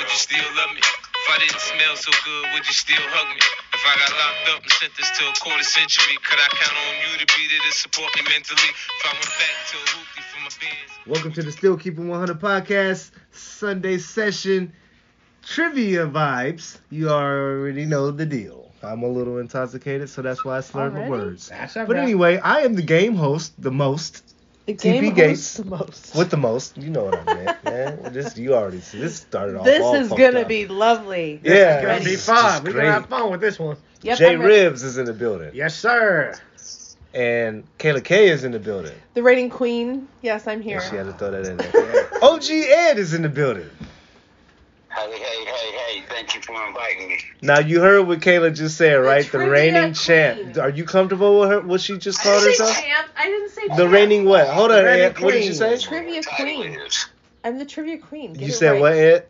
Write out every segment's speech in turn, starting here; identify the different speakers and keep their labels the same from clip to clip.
Speaker 1: love me? If I didn't smell so good, would you still hug me? If I got locked up and sentenced to a quarter century, could I count on you to be there to support me mentally? If I went back to a hoopty for my bands.
Speaker 2: Welcome to the Still Keeping 100 podcast Sunday session trivia vibes. You already know the deal. I'm a little intoxicated, so that's why I slurred my
Speaker 3: Already?
Speaker 2: words.
Speaker 4: That's all
Speaker 2: But
Speaker 4: right.
Speaker 2: anyway, I am the game host, the most
Speaker 3: The
Speaker 2: TP
Speaker 3: game hosts
Speaker 2: Gates
Speaker 3: the most.
Speaker 2: with the most. You know what I meant, man. This you already see. This started off.
Speaker 3: this
Speaker 2: all
Speaker 3: is
Speaker 2: fucked
Speaker 3: gonna
Speaker 2: up.
Speaker 3: be lovely.
Speaker 2: yeah.
Speaker 4: It's gonna
Speaker 3: Ready.
Speaker 4: be
Speaker 2: this is
Speaker 4: fun.
Speaker 2: just
Speaker 4: We're
Speaker 2: great.
Speaker 4: gonna have fun with this one.
Speaker 3: Yep,
Speaker 2: Jay
Speaker 3: I'm ready.
Speaker 2: Ribs is in the building,
Speaker 4: Yes, sir.
Speaker 2: and Kayla K is in the building.
Speaker 3: The rating queen. Yes, I'm here.
Speaker 2: She had to throw that in there. OG Ed is in the building.
Speaker 5: Hey, hey, hey, hey, thank you for inviting me.
Speaker 2: Now you heard what Kayla just said, right? The
Speaker 3: trivia
Speaker 2: reigning
Speaker 3: queen.
Speaker 2: champ. Are you comfortable with her? What she just
Speaker 3: I
Speaker 2: called
Speaker 3: didn't say
Speaker 2: herself?
Speaker 3: champ. I didn't say
Speaker 2: The
Speaker 3: champ.
Speaker 2: reigning what? Hold on,
Speaker 4: The reigning
Speaker 2: Ed. What did you say?
Speaker 4: queen.
Speaker 3: Trivia
Speaker 5: Title
Speaker 3: queen.
Speaker 5: is,
Speaker 3: I'm the trivia queen. Get
Speaker 2: You
Speaker 3: it
Speaker 2: said
Speaker 3: right.
Speaker 2: what, Ed?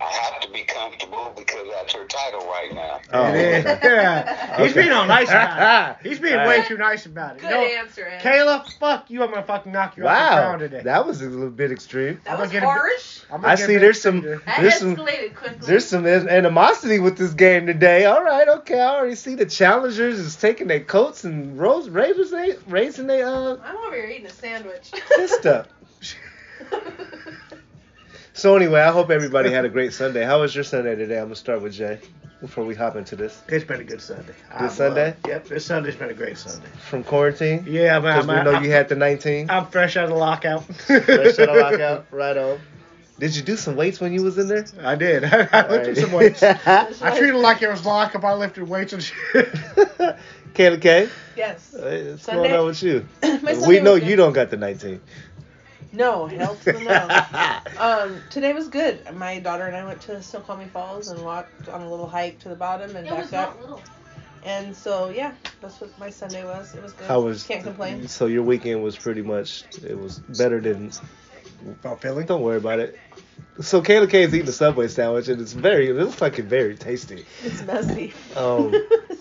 Speaker 5: I have to be comfortable because that's her title right now.
Speaker 2: Oh,
Speaker 4: It
Speaker 2: okay.
Speaker 4: is. Yeah. He's
Speaker 2: Okay.
Speaker 4: being all nice about it. He's being
Speaker 2: All
Speaker 4: way
Speaker 2: right.
Speaker 4: too nice about it.
Speaker 3: Good
Speaker 4: You know,
Speaker 3: answer, Ed.
Speaker 4: Kayla, fuck you. I'm gonna fucking knock you off the
Speaker 2: Wow,
Speaker 4: ground today.
Speaker 2: that was a little bit extreme.
Speaker 3: that
Speaker 4: I'm gonna
Speaker 3: was
Speaker 4: get a-
Speaker 3: harsh.
Speaker 4: I'm gonna
Speaker 2: I
Speaker 4: get
Speaker 2: see.
Speaker 4: a
Speaker 2: There's
Speaker 4: big
Speaker 2: some.
Speaker 4: finger.
Speaker 3: That
Speaker 2: There's some.
Speaker 3: escalated quickly.
Speaker 2: There's some an- animosity with this game today. All right, okay. I already see the challengers is taking their coats and rose razors, they raising their uh
Speaker 3: I'm over here eating a sandwich.
Speaker 2: fist up. So anyway, I hope everybody had a great Sunday. How was your Sunday today? I'm gonna start with Jay before we hop into this.
Speaker 4: It's been a good Sunday. I'm, uh,
Speaker 2: Sunday?
Speaker 4: Yep, this Sunday's been a great Sunday.
Speaker 2: From quarantine,
Speaker 4: Yeah, man.
Speaker 2: because
Speaker 4: I'm,
Speaker 2: we know
Speaker 4: I'm,
Speaker 2: you had the 19.
Speaker 4: I'm fresh out of lockout.
Speaker 2: Fresh out of lockout, right on. Did you do some weights when you was in there?
Speaker 4: I did. I, I lifted some weights. I treated it like it was lockup. I lifted weights and shit.
Speaker 2: Kayla K,
Speaker 3: yes.
Speaker 2: what's going
Speaker 3: Sunday-
Speaker 2: on with you?
Speaker 3: My Sunday
Speaker 2: we know
Speaker 3: was good.
Speaker 2: you don't got the 19.
Speaker 3: No, hell to the no. um, today was good. My daughter and I went to Snoqualmie Falls and walked on a little hike to the bottom and
Speaker 6: It
Speaker 3: back
Speaker 6: was
Speaker 3: up.
Speaker 6: not little.
Speaker 3: And so yeah, that's what my Sunday was. It was good.
Speaker 2: How was?
Speaker 3: Can't complain.
Speaker 2: So your weekend was pretty much it was better than.
Speaker 4: About Philly?
Speaker 2: Don't worry about it. So Kayla K is eating a Subway sandwich and it's very it looks like it's very tasty.
Speaker 3: It's messy.
Speaker 2: Um,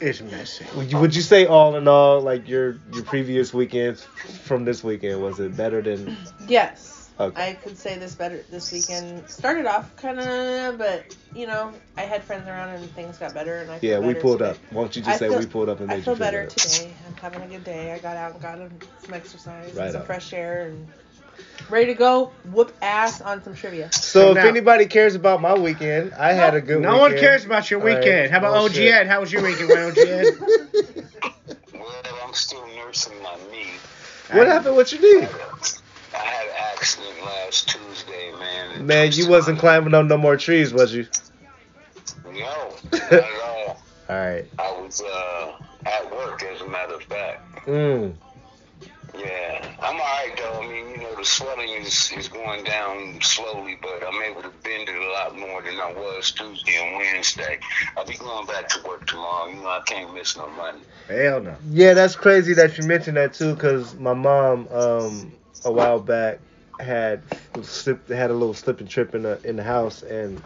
Speaker 4: It's messy.
Speaker 2: would you, would you say all in all like your your previous weekend from this weekend was it better than?
Speaker 3: yes.
Speaker 2: Okay.
Speaker 3: I could say this better this weekend. Started off kind of, but you know, I had friends around and things got better, and I feel
Speaker 2: Yeah, we
Speaker 3: better
Speaker 2: pulled
Speaker 3: today.
Speaker 2: up. Why don't you
Speaker 3: I
Speaker 2: just say
Speaker 3: feel-
Speaker 2: we pulled up and made
Speaker 3: I
Speaker 2: you
Speaker 3: feel better
Speaker 2: better.
Speaker 3: today. I'm having a good day. I got out and got in some exercise
Speaker 2: Right
Speaker 3: and some
Speaker 2: on.
Speaker 3: fresh air and ready to go whoop ass on some trivia.
Speaker 2: So
Speaker 4: Come
Speaker 2: if
Speaker 4: out.
Speaker 2: anybody cares about my weekend, I had a good
Speaker 4: No
Speaker 2: weekend.
Speaker 4: one cares about your
Speaker 2: All right.
Speaker 4: weekend. How about
Speaker 2: Oh,
Speaker 4: OG
Speaker 2: shit.
Speaker 4: Ed? How was your weekend, man, OG Ed?
Speaker 5: Well, I'm still nursing my knee.
Speaker 2: What happened with your knee?
Speaker 5: I had an accident last Tuesday, man. It
Speaker 2: Man,
Speaker 5: took
Speaker 2: you
Speaker 5: some-
Speaker 2: wasn't climbing on no more trees, was you?
Speaker 5: No, not at all.
Speaker 2: All right.
Speaker 5: I was uh, at work, as a matter of fact.
Speaker 2: Mm.
Speaker 5: Yeah, I'm all right though. I mean, you know, the swelling is is going down slowly, but I'm able to bend it a lot more than I was Tuesday and Wednesday. I'll be going back to work tomorrow. You know, I can't miss no money.
Speaker 4: Hell no.
Speaker 2: Yeah, that's crazy that you mentioned that too, because my mom, um, a while back, had slipped, had a little slip and trip in the in the house, and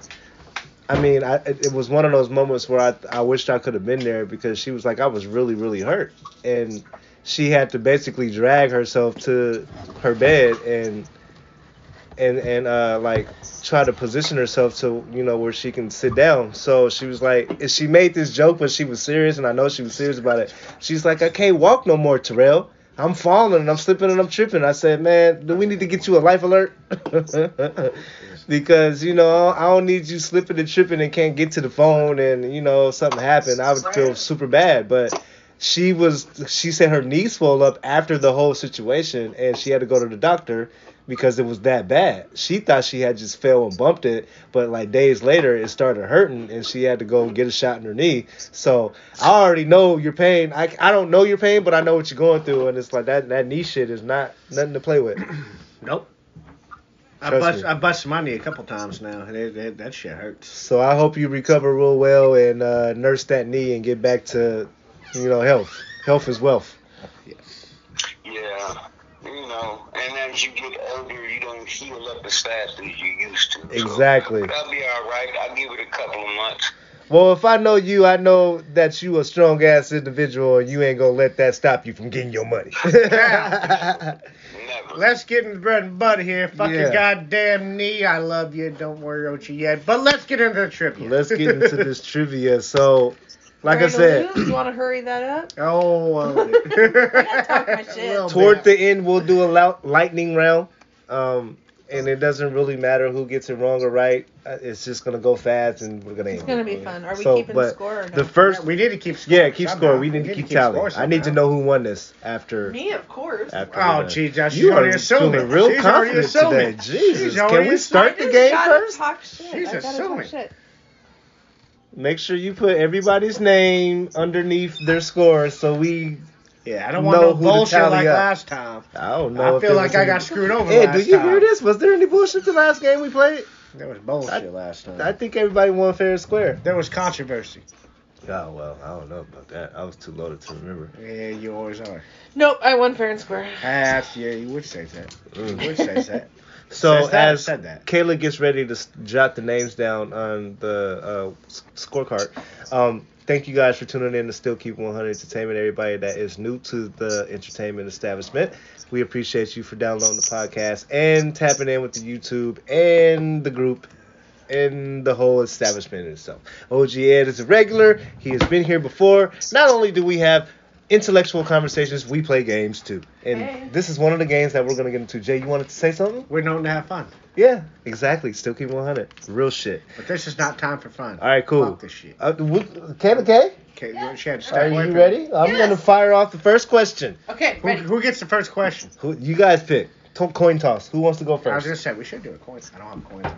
Speaker 2: I mean, I it, it was one of those moments where I I wished I could have been there because she was like I was really really hurt, and she had to basically drag herself to her bed and and and uh like try to position herself to you know where she can sit down. So she was like, and she made this joke, but she was serious, and I know she was serious about it. She's like, I can't walk no more, Terrell. I'm falling and I'm slipping and I'm tripping. I said, man, do we need to get you a life alert? because you know I don't need you slipping and tripping and can't get to the phone and you know something happened. I would feel super bad, but. She was. She said her knee swelled up after the whole situation, and she had to go to the doctor because it was that bad. She thought she had just fell and bumped it, but like days later, it started hurting, and she had to go get a shot in her knee. So I already know your pain. I, I don't know your pain, but I know what you're going through, and it's like that that knee shit is not nothing to play with.
Speaker 4: Nope. I
Speaker 2: Trust
Speaker 4: bust
Speaker 2: me.
Speaker 4: I bust my knee a couple times now, and it, it, that shit hurts.
Speaker 2: So I hope you recover real well and uh, nurse that knee and get back to, you know, health. Health is wealth.
Speaker 5: Yeah, you know, and as you get older, you don't heal up as fast as you used to. So,
Speaker 2: Exactly.
Speaker 5: but I'll be all right. I'll give it a couple of months.
Speaker 2: Well, if I know you, I know that you a strong ass individual, and you ain't gonna let that stop you from getting your money.
Speaker 5: Never.
Speaker 4: Let's get in the bread and butter here. Fuck your
Speaker 2: Yeah.
Speaker 4: goddamn knee. I love you. Don't worry about you yet. But let's get into the trivia.
Speaker 2: Let's get into this trivia. So, like I
Speaker 3: Ready to
Speaker 2: said,
Speaker 3: lose? You want to hurry that up?
Speaker 4: Oh, uh,
Speaker 3: I talk my shit.
Speaker 4: a little
Speaker 2: toward the
Speaker 4: bit.
Speaker 2: end we'll do a lou- lightning round um and it doesn't really matter who gets it wrong or right Uh, it's just gonna go fast and we're gonna
Speaker 3: It's
Speaker 2: end
Speaker 3: gonna
Speaker 2: it.
Speaker 3: be fun. Are we
Speaker 2: So,
Speaker 3: keeping
Speaker 2: but
Speaker 3: score? Or no?
Speaker 2: the first
Speaker 4: we need to keep score.
Speaker 2: yeah keep
Speaker 4: somehow.
Speaker 2: score we need to keep tally
Speaker 4: score
Speaker 2: i need to
Speaker 4: somehow.
Speaker 2: know who won this after
Speaker 3: Me, of course.
Speaker 2: after we're
Speaker 4: Oh,
Speaker 2: done.
Speaker 4: gee, Josh,
Speaker 2: you
Speaker 4: she's
Speaker 2: are
Speaker 4: already assuming.
Speaker 2: feeling real
Speaker 4: She's already
Speaker 2: confident today
Speaker 4: assuming.
Speaker 2: jesus
Speaker 4: She's
Speaker 2: can
Speaker 4: already
Speaker 2: we start the
Speaker 3: I
Speaker 2: game
Speaker 3: gotta
Speaker 2: first
Speaker 3: Talk shit. I
Speaker 4: She's
Speaker 3: gotta talk
Speaker 4: assuming.
Speaker 3: shit.
Speaker 2: make sure you put everybody's name underneath their score so we
Speaker 4: Yeah, I don't want
Speaker 2: Know
Speaker 4: no
Speaker 2: who to
Speaker 4: bullshit
Speaker 2: tally
Speaker 4: like
Speaker 2: up.
Speaker 4: last time.
Speaker 2: i don't know
Speaker 4: I
Speaker 2: if
Speaker 4: feel
Speaker 2: there
Speaker 4: like
Speaker 2: was
Speaker 4: I
Speaker 2: any-
Speaker 4: got screwed over
Speaker 2: Hey,
Speaker 4: last
Speaker 2: do you
Speaker 4: time.
Speaker 2: hear this? Was there any bullshit the last game we played?
Speaker 4: There was bullshit last time.
Speaker 2: I think everybody won fair and square.
Speaker 4: there was controversy.
Speaker 2: Oh well, I don't know about that. I was too loaded to remember.
Speaker 4: Yeah, you always are.
Speaker 3: Nope, I won fair and square.
Speaker 4: Half, yeah, you would say that. You
Speaker 2: Mm.
Speaker 4: would say that.
Speaker 2: So
Speaker 4: Says that,
Speaker 2: as
Speaker 4: said that.
Speaker 2: Kayla gets ready to s- jot the names down on the uh, s- scorecard, um, thank you guys for tuning in to Still Keep 100 Entertainment. Everybody that is new to the entertainment establishment, we appreciate you for downloading the podcast and tapping in with the YouTube and the group in the whole establishment itself. OG Ed is a regular. He has been here before. Not only do we have intellectual conversations, we play games too. And
Speaker 3: Hey.
Speaker 2: this is one of the games that we're going to get into. Jay, you wanted to say something?
Speaker 4: We're known to have fun,
Speaker 2: Yeah, exactly. Still keep 100. Real shit.
Speaker 4: but this is not time for fun.
Speaker 2: All right, cool.
Speaker 4: Fuck this shit.
Speaker 2: Uh, we, Kayla K,
Speaker 4: Okay, she had to step
Speaker 2: are
Speaker 4: away
Speaker 2: you
Speaker 4: from
Speaker 2: ready? I'm
Speaker 3: Yes.
Speaker 2: going to fire off the first question.
Speaker 3: Okay,
Speaker 4: Who,
Speaker 3: ready.
Speaker 4: who gets the first question?
Speaker 2: Who You guys pick. To- coin toss. Who wants to go
Speaker 4: I was
Speaker 2: first?
Speaker 4: gonna say we should do a coin. I don't have coins on me.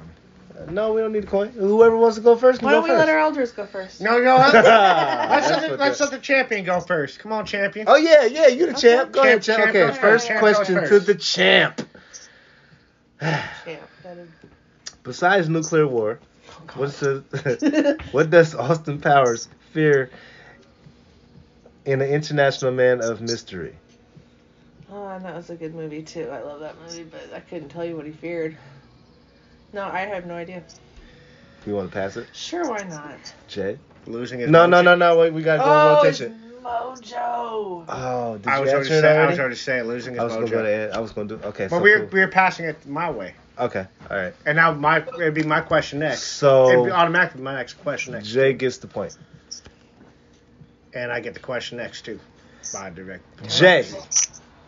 Speaker 2: Uh, no, we don't need a coin. Whoever wants to go first, can
Speaker 3: Why don't we
Speaker 2: go
Speaker 3: let
Speaker 2: first.
Speaker 3: our elders go first?
Speaker 4: No, no. Let's, let's,
Speaker 2: That's
Speaker 4: let, the,
Speaker 2: what
Speaker 4: let's
Speaker 2: that-
Speaker 4: let the champion go first. Come on, champion.
Speaker 2: Oh yeah, yeah, you the
Speaker 3: Okay.
Speaker 2: champ. Go ahead,
Speaker 4: Champ,
Speaker 2: champ.
Speaker 4: champ,
Speaker 2: okay,
Speaker 3: go
Speaker 2: first
Speaker 3: first.
Speaker 2: question
Speaker 4: Champ, go
Speaker 2: to the champ.
Speaker 3: Yeah, that is-
Speaker 2: Besides nuclear war,
Speaker 3: Oh,
Speaker 2: what's the what does Austin Powers fear in an international man of mystery?
Speaker 3: Oh, and that was a good movie too. I love that movie, but I couldn't tell you what he feared. No, I have no idea.
Speaker 2: You want to pass it,
Speaker 3: Sure, why not?
Speaker 2: Jay?
Speaker 4: Losing it.
Speaker 2: No, no, no, no. Wait, we gotta go in
Speaker 3: Oh, it's
Speaker 2: rotation.
Speaker 3: Mojo.
Speaker 2: Oh, did
Speaker 4: I
Speaker 2: you
Speaker 4: was already
Speaker 2: answer it
Speaker 4: saying. I was
Speaker 2: already?
Speaker 4: already saying losing is
Speaker 2: I was gonna
Speaker 4: mojo.
Speaker 2: go to. Ed. I was gonna do. Okay,
Speaker 4: but
Speaker 2: so
Speaker 4: we're
Speaker 2: cool.
Speaker 4: we're passing it my way,
Speaker 2: okay. All right.
Speaker 4: and now my it'd be my question next. it'd be
Speaker 2: So
Speaker 4: automatically my next question next,
Speaker 2: Jay gets the point.
Speaker 4: and I get the question next too, by direct.
Speaker 2: Jay,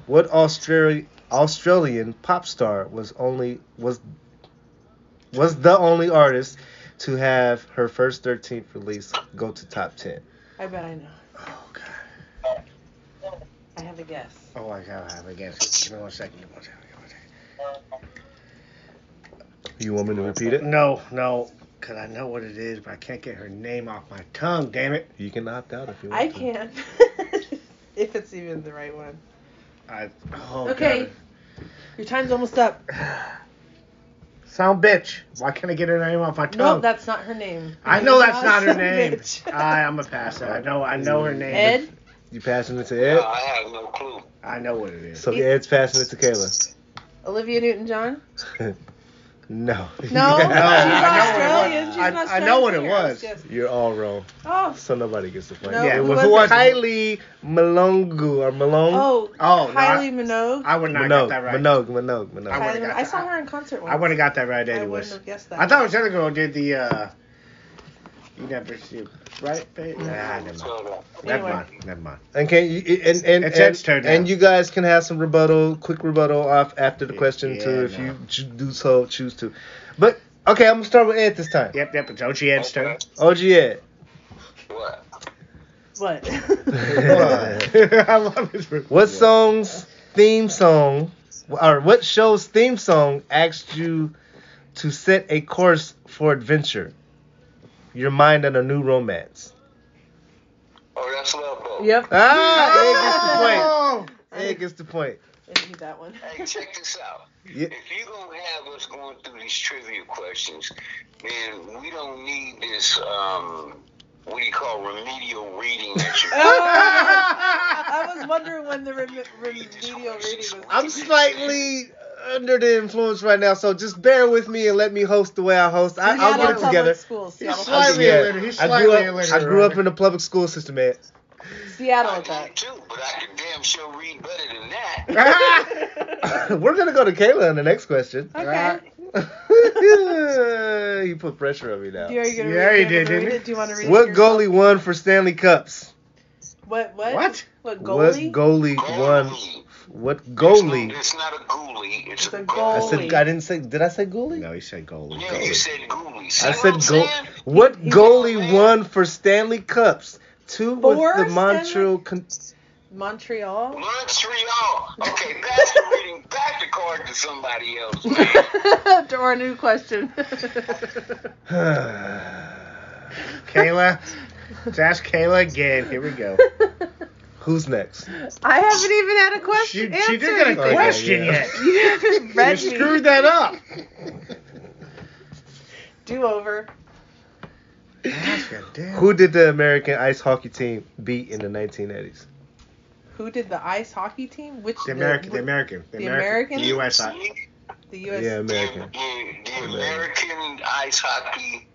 Speaker 2: what Australi- Australian pop star was only was was the only artist to have her first 13th release go to top 10?
Speaker 3: I bet I know.
Speaker 4: Oh god.
Speaker 3: I have a guess.
Speaker 4: Oh, I gotta have a guess. Give me one second. Give me one second. Give me one second.
Speaker 2: You want me to repeat it?
Speaker 4: No, no, because I know what it is, but I can't get her name off my tongue. Damn it!
Speaker 2: You can opt out if you want
Speaker 3: I
Speaker 2: to.
Speaker 3: can't. if it's even the right one.
Speaker 4: I oh,
Speaker 3: Okay.
Speaker 4: God.
Speaker 3: Your time's almost up.
Speaker 4: Sound bitch. Why can't I get her name off my
Speaker 3: No,
Speaker 4: tongue?
Speaker 3: that's not her name.
Speaker 4: Oh. I know that's not her name.
Speaker 3: Bitch.
Speaker 4: I, I'm a passer. I know. I know her name.
Speaker 3: Ed,
Speaker 2: You passing it to
Speaker 5: No,
Speaker 2: Ed?
Speaker 5: I have no clue.
Speaker 4: I know what it is.
Speaker 2: So Ed's passing it to Kayla.
Speaker 3: Olivia Newton-John.
Speaker 2: No.
Speaker 3: No, she's
Speaker 4: I know what it
Speaker 3: Australian.
Speaker 4: was.
Speaker 3: She's
Speaker 4: I-
Speaker 3: an
Speaker 4: I
Speaker 3: Australian
Speaker 4: know what it
Speaker 3: singer.
Speaker 4: was.
Speaker 3: Yes.
Speaker 2: You're all wrong.
Speaker 3: Oh,
Speaker 2: So nobody gets the point.
Speaker 3: No,
Speaker 2: yeah, it
Speaker 3: who
Speaker 2: was,
Speaker 3: was it?
Speaker 2: Kylie Malongu or Malone.
Speaker 3: oh,
Speaker 4: Oh, no,
Speaker 3: Kylie Minogue.
Speaker 4: I would not
Speaker 2: Minogue,
Speaker 4: get that right.
Speaker 2: Minogue, Minogue, Minogue.
Speaker 4: I
Speaker 3: Kylie
Speaker 4: would've
Speaker 3: Minogue.
Speaker 4: got
Speaker 3: I saw
Speaker 4: that.
Speaker 3: her in concert once.
Speaker 4: I would have got that right
Speaker 3: I wouldn't
Speaker 4: anyways.
Speaker 3: have guessed that.
Speaker 4: I thought it was the other girl did the. uh You never see right face. Nah, never mind.
Speaker 5: So,
Speaker 4: Never
Speaker 3: Anyway.
Speaker 4: mind. Never mind.
Speaker 2: And can you and and
Speaker 4: It's Ed's
Speaker 2: and,
Speaker 4: turn now.
Speaker 2: and you guys can have some rebuttal, quick rebuttal off after the question
Speaker 4: Yeah,
Speaker 2: too, if
Speaker 4: no.
Speaker 2: you ch- do so choose to. But okay, I'm gonna start with Ed this time.
Speaker 4: Yep, yep. It's OG Ed's turn.
Speaker 2: OG Ed.
Speaker 5: What?
Speaker 3: What?
Speaker 4: I love his.
Speaker 2: what song's theme song, or what show's theme song asked you to set a course for adventure, your mind and a new romance?
Speaker 5: Oh, that's Love Boat.
Speaker 3: yep.
Speaker 2: Ah, Ed gets the point.
Speaker 3: I knew that one.
Speaker 5: Hey, check this out.
Speaker 2: Ed gets the point.
Speaker 5: If you're gonna have us going through these trivia questions, then we don't need this um what do you call remedial reading that you
Speaker 3: I was wondering when the rem- remedial reading was.
Speaker 2: I'm slightly under the influence right now, so just bear with me and let me host the way I host. I,
Speaker 3: Not
Speaker 2: I'll
Speaker 3: in
Speaker 2: get it
Speaker 3: public
Speaker 2: together.
Speaker 3: Schools,
Speaker 4: He's
Speaker 3: Seattle.
Speaker 2: I'll
Speaker 4: slightly
Speaker 2: get-
Speaker 4: illiterate. He's
Speaker 2: I grew
Speaker 4: slightly
Speaker 2: up.
Speaker 4: illiterate.
Speaker 2: I grew up in the public school system, man.
Speaker 3: Seattle
Speaker 5: I
Speaker 3: at
Speaker 5: do
Speaker 3: that.
Speaker 5: too, but I can damn sure read better than that.
Speaker 2: We're gonna go to Kayla on the next question.
Speaker 3: Okay.
Speaker 2: you put pressure on me now.
Speaker 3: Do you, are you gonna
Speaker 4: Yeah,
Speaker 3: read,
Speaker 4: he
Speaker 3: do you wanna read
Speaker 4: did, didn't he?
Speaker 3: it? Do you want to read it
Speaker 2: What
Speaker 3: yourself?
Speaker 2: goalie won for Stanley Cups?
Speaker 3: What what?
Speaker 4: What?
Speaker 2: What
Speaker 3: What goalie?
Speaker 2: goalie won?
Speaker 5: Goalie.
Speaker 2: What
Speaker 5: It's,
Speaker 2: goalie?
Speaker 5: it's not a ghoulie. It's,
Speaker 3: It's a
Speaker 5: a
Speaker 2: I
Speaker 5: goalie.
Speaker 2: said I didn't say. Did I say goalie?
Speaker 4: No, he said goalie.
Speaker 5: Yeah, you said ghoulie. See
Speaker 2: I
Speaker 5: what
Speaker 2: said
Speaker 5: I'm
Speaker 2: go.
Speaker 5: saying?
Speaker 2: What
Speaker 3: He- he-
Speaker 2: goalie won for Stanley Cups? Two
Speaker 3: Four
Speaker 2: with the
Speaker 3: Stanley-
Speaker 2: Montreal. Con-
Speaker 3: Montreal.
Speaker 5: Montreal. Okay, pass the reading back the card to somebody else, man.
Speaker 3: to our new question.
Speaker 4: Kayla. Let's ask Kayla again. Here we go.
Speaker 2: Who's next?
Speaker 3: I haven't even had a
Speaker 4: She,
Speaker 3: question.
Speaker 4: she
Speaker 3: answered.
Speaker 4: didn't get a
Speaker 2: Okay,
Speaker 4: question
Speaker 2: yeah.
Speaker 4: yet.
Speaker 3: You haven't
Speaker 4: You
Speaker 3: read me.
Speaker 4: screwed that up.
Speaker 3: Do over.
Speaker 2: Who did the American ice hockey team beat in the 1980s?
Speaker 3: Who did the ice hockey team? Which
Speaker 4: The American, the American,
Speaker 3: The American?
Speaker 4: the U.S.
Speaker 5: The,
Speaker 3: The U.S.
Speaker 2: Yeah, American.
Speaker 5: the, the American ice hockey.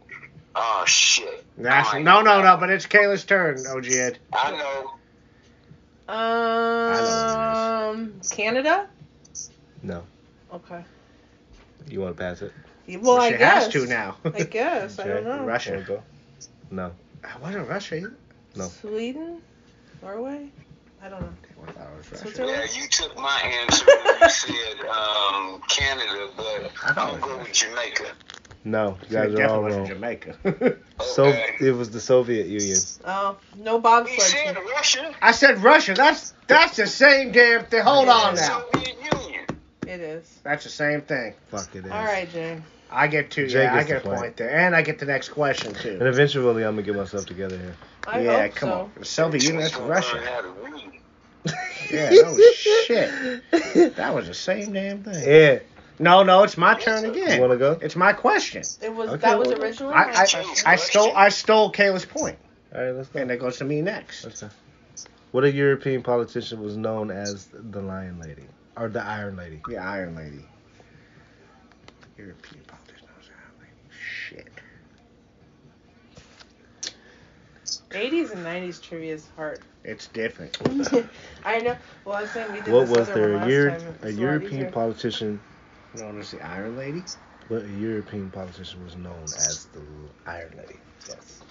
Speaker 5: Oh, shit.
Speaker 4: National. No, no, no. But it's Kayla's turn, OG Ed.
Speaker 5: I know.
Speaker 3: Um, Canada.
Speaker 2: No,
Speaker 3: Okay.
Speaker 2: you want to pass it?
Speaker 3: Well, I
Speaker 4: she
Speaker 3: guess.
Speaker 4: has to now.
Speaker 3: I guess. I don't
Speaker 2: Okay.
Speaker 3: know.
Speaker 4: Russia.
Speaker 2: Wanna go? No.
Speaker 4: I wasn't Russia. Either.
Speaker 2: No.
Speaker 3: Sweden, Norway. I don't know.
Speaker 4: I thought it was Russia.
Speaker 3: Switzerland?
Speaker 5: Yeah, you took my answer when you said um, Canada, but I'm
Speaker 4: thought it
Speaker 5: going
Speaker 4: was
Speaker 5: to go with Jamaica.
Speaker 2: No, you
Speaker 4: So it
Speaker 2: guys are all
Speaker 4: definitely wasn't
Speaker 2: wrong.
Speaker 4: Jamaica.
Speaker 2: So
Speaker 5: Okay.
Speaker 2: it was the Soviet Union.
Speaker 3: Oh, no
Speaker 5: He
Speaker 3: bobsled.
Speaker 5: said
Speaker 3: team.
Speaker 5: Russia.
Speaker 4: I said Russia. That's that's the same damn thing. Hold on now.
Speaker 5: Soviet Union.
Speaker 4: Oh,
Speaker 3: It is.
Speaker 4: That's the same thing.
Speaker 2: Fuck it is.
Speaker 3: All right, Jay.
Speaker 4: I get two.
Speaker 2: Jay
Speaker 4: Yeah, I
Speaker 2: gets
Speaker 4: get a
Speaker 2: the point.
Speaker 4: point there, and I get the next question
Speaker 2: And
Speaker 4: too.
Speaker 2: eventually, I'm gonna get myself together here.
Speaker 3: I
Speaker 4: yeah,
Speaker 3: hope
Speaker 4: come
Speaker 3: so.
Speaker 4: on. The Soviet Union. That's
Speaker 5: Gonna learn
Speaker 4: Russia.
Speaker 5: how to read.
Speaker 4: Yeah. No shit. That was the same damn thing.
Speaker 2: Yeah.
Speaker 4: No, no. It's my turn
Speaker 2: You
Speaker 4: again.
Speaker 2: wanna go?
Speaker 4: It's my question.
Speaker 3: It was
Speaker 2: Okay,
Speaker 3: that was
Speaker 2: well,
Speaker 3: originally.
Speaker 4: I,
Speaker 3: my-
Speaker 4: I, I stole I stole Kayla's point,
Speaker 2: All right, let's go.
Speaker 4: and it goes to me next.
Speaker 2: Okay. What a European politician was known as the Lion Lady or the Iron Lady.
Speaker 4: The Iron Lady. European politician. knows the Iron Lady. Shit.
Speaker 3: 80s and 90s trivia is hard.
Speaker 4: It's different.
Speaker 3: I know. Well, I'm saying we did
Speaker 2: What
Speaker 3: this
Speaker 2: was
Speaker 3: other
Speaker 2: there
Speaker 3: one
Speaker 2: a
Speaker 3: last
Speaker 2: year
Speaker 3: time. It's
Speaker 2: a
Speaker 3: lot
Speaker 2: European
Speaker 3: easier.
Speaker 2: politician?
Speaker 4: Known as the Iron Lady.
Speaker 2: What a European politician was known as the Iron Lady.
Speaker 3: Yes.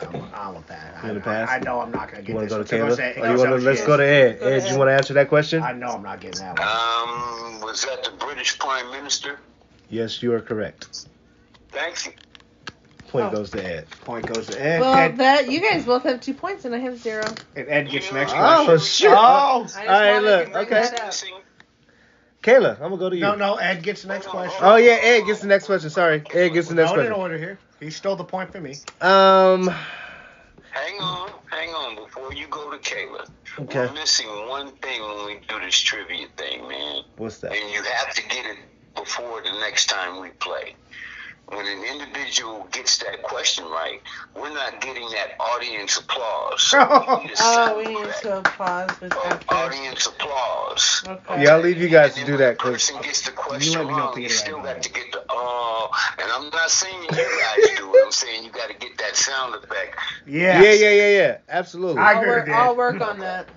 Speaker 4: I'm, I'm a bad.
Speaker 2: You
Speaker 4: I,
Speaker 2: wanna pass?
Speaker 4: I, I know I'm not gonna get
Speaker 2: You want
Speaker 4: this.
Speaker 2: to go to
Speaker 4: one, 'cause I'm
Speaker 2: Kayla?
Speaker 4: saying it
Speaker 2: Or you
Speaker 4: goes
Speaker 2: want to?
Speaker 4: to
Speaker 2: Let's
Speaker 4: OG.
Speaker 2: go to Ed.
Speaker 3: Go to
Speaker 2: Ed, you
Speaker 3: Ed.
Speaker 2: want to answer that question?
Speaker 4: I know I'm not getting that one.
Speaker 5: Um, was that the British Prime Minister?
Speaker 2: Yes, you are correct.
Speaker 5: Thank you.
Speaker 2: Point
Speaker 3: Oh.
Speaker 2: goes to Ed.
Speaker 4: Point goes to Ed.
Speaker 3: Well,
Speaker 4: Ed,
Speaker 3: that you guys both have two points and I have zero.
Speaker 4: and Ed gets next
Speaker 2: Oh,
Speaker 4: question.
Speaker 2: shit.
Speaker 4: Oh.
Speaker 3: I just
Speaker 2: All right,
Speaker 3: wanted to
Speaker 2: look,
Speaker 3: bring
Speaker 2: okay.
Speaker 3: that up.
Speaker 2: Kayla, I'm gonna go to you.
Speaker 4: Oh, No, no. Ed gets next question.
Speaker 2: Oh yeah, Ed gets the next question. Sorry, Ed gets the next
Speaker 4: Not in
Speaker 2: question.
Speaker 4: order here. He stole the point from me.
Speaker 2: Um,
Speaker 5: Hang on, hang on. Before you go to Kayla,
Speaker 2: Okay.
Speaker 5: we're missing one thing when we do this trivia thing, man.
Speaker 2: what's that?
Speaker 5: And you have to get it before the next time we play. When an individual gets that question right, we're not getting that audience applause. So we need to
Speaker 3: Oh,
Speaker 5: stop
Speaker 3: we need
Speaker 5: that.
Speaker 3: to applause with
Speaker 5: Oh,
Speaker 3: after.
Speaker 5: audience applause.
Speaker 3: Okay.
Speaker 2: Yeah, I'll leave you guys to do that because
Speaker 5: Person gets the question
Speaker 4: let me know if
Speaker 5: wrong,
Speaker 4: they
Speaker 5: you
Speaker 4: get it
Speaker 5: still
Speaker 4: right.
Speaker 5: got to get the oh. And I'm not saying you guys do it. I'm saying you got to get that sound effect.
Speaker 4: Yeah.
Speaker 2: yeah, yeah, yeah, yeah. Absolutely,
Speaker 4: I-
Speaker 3: I'll
Speaker 4: agree with
Speaker 3: work,
Speaker 4: that.
Speaker 3: I'll work on that.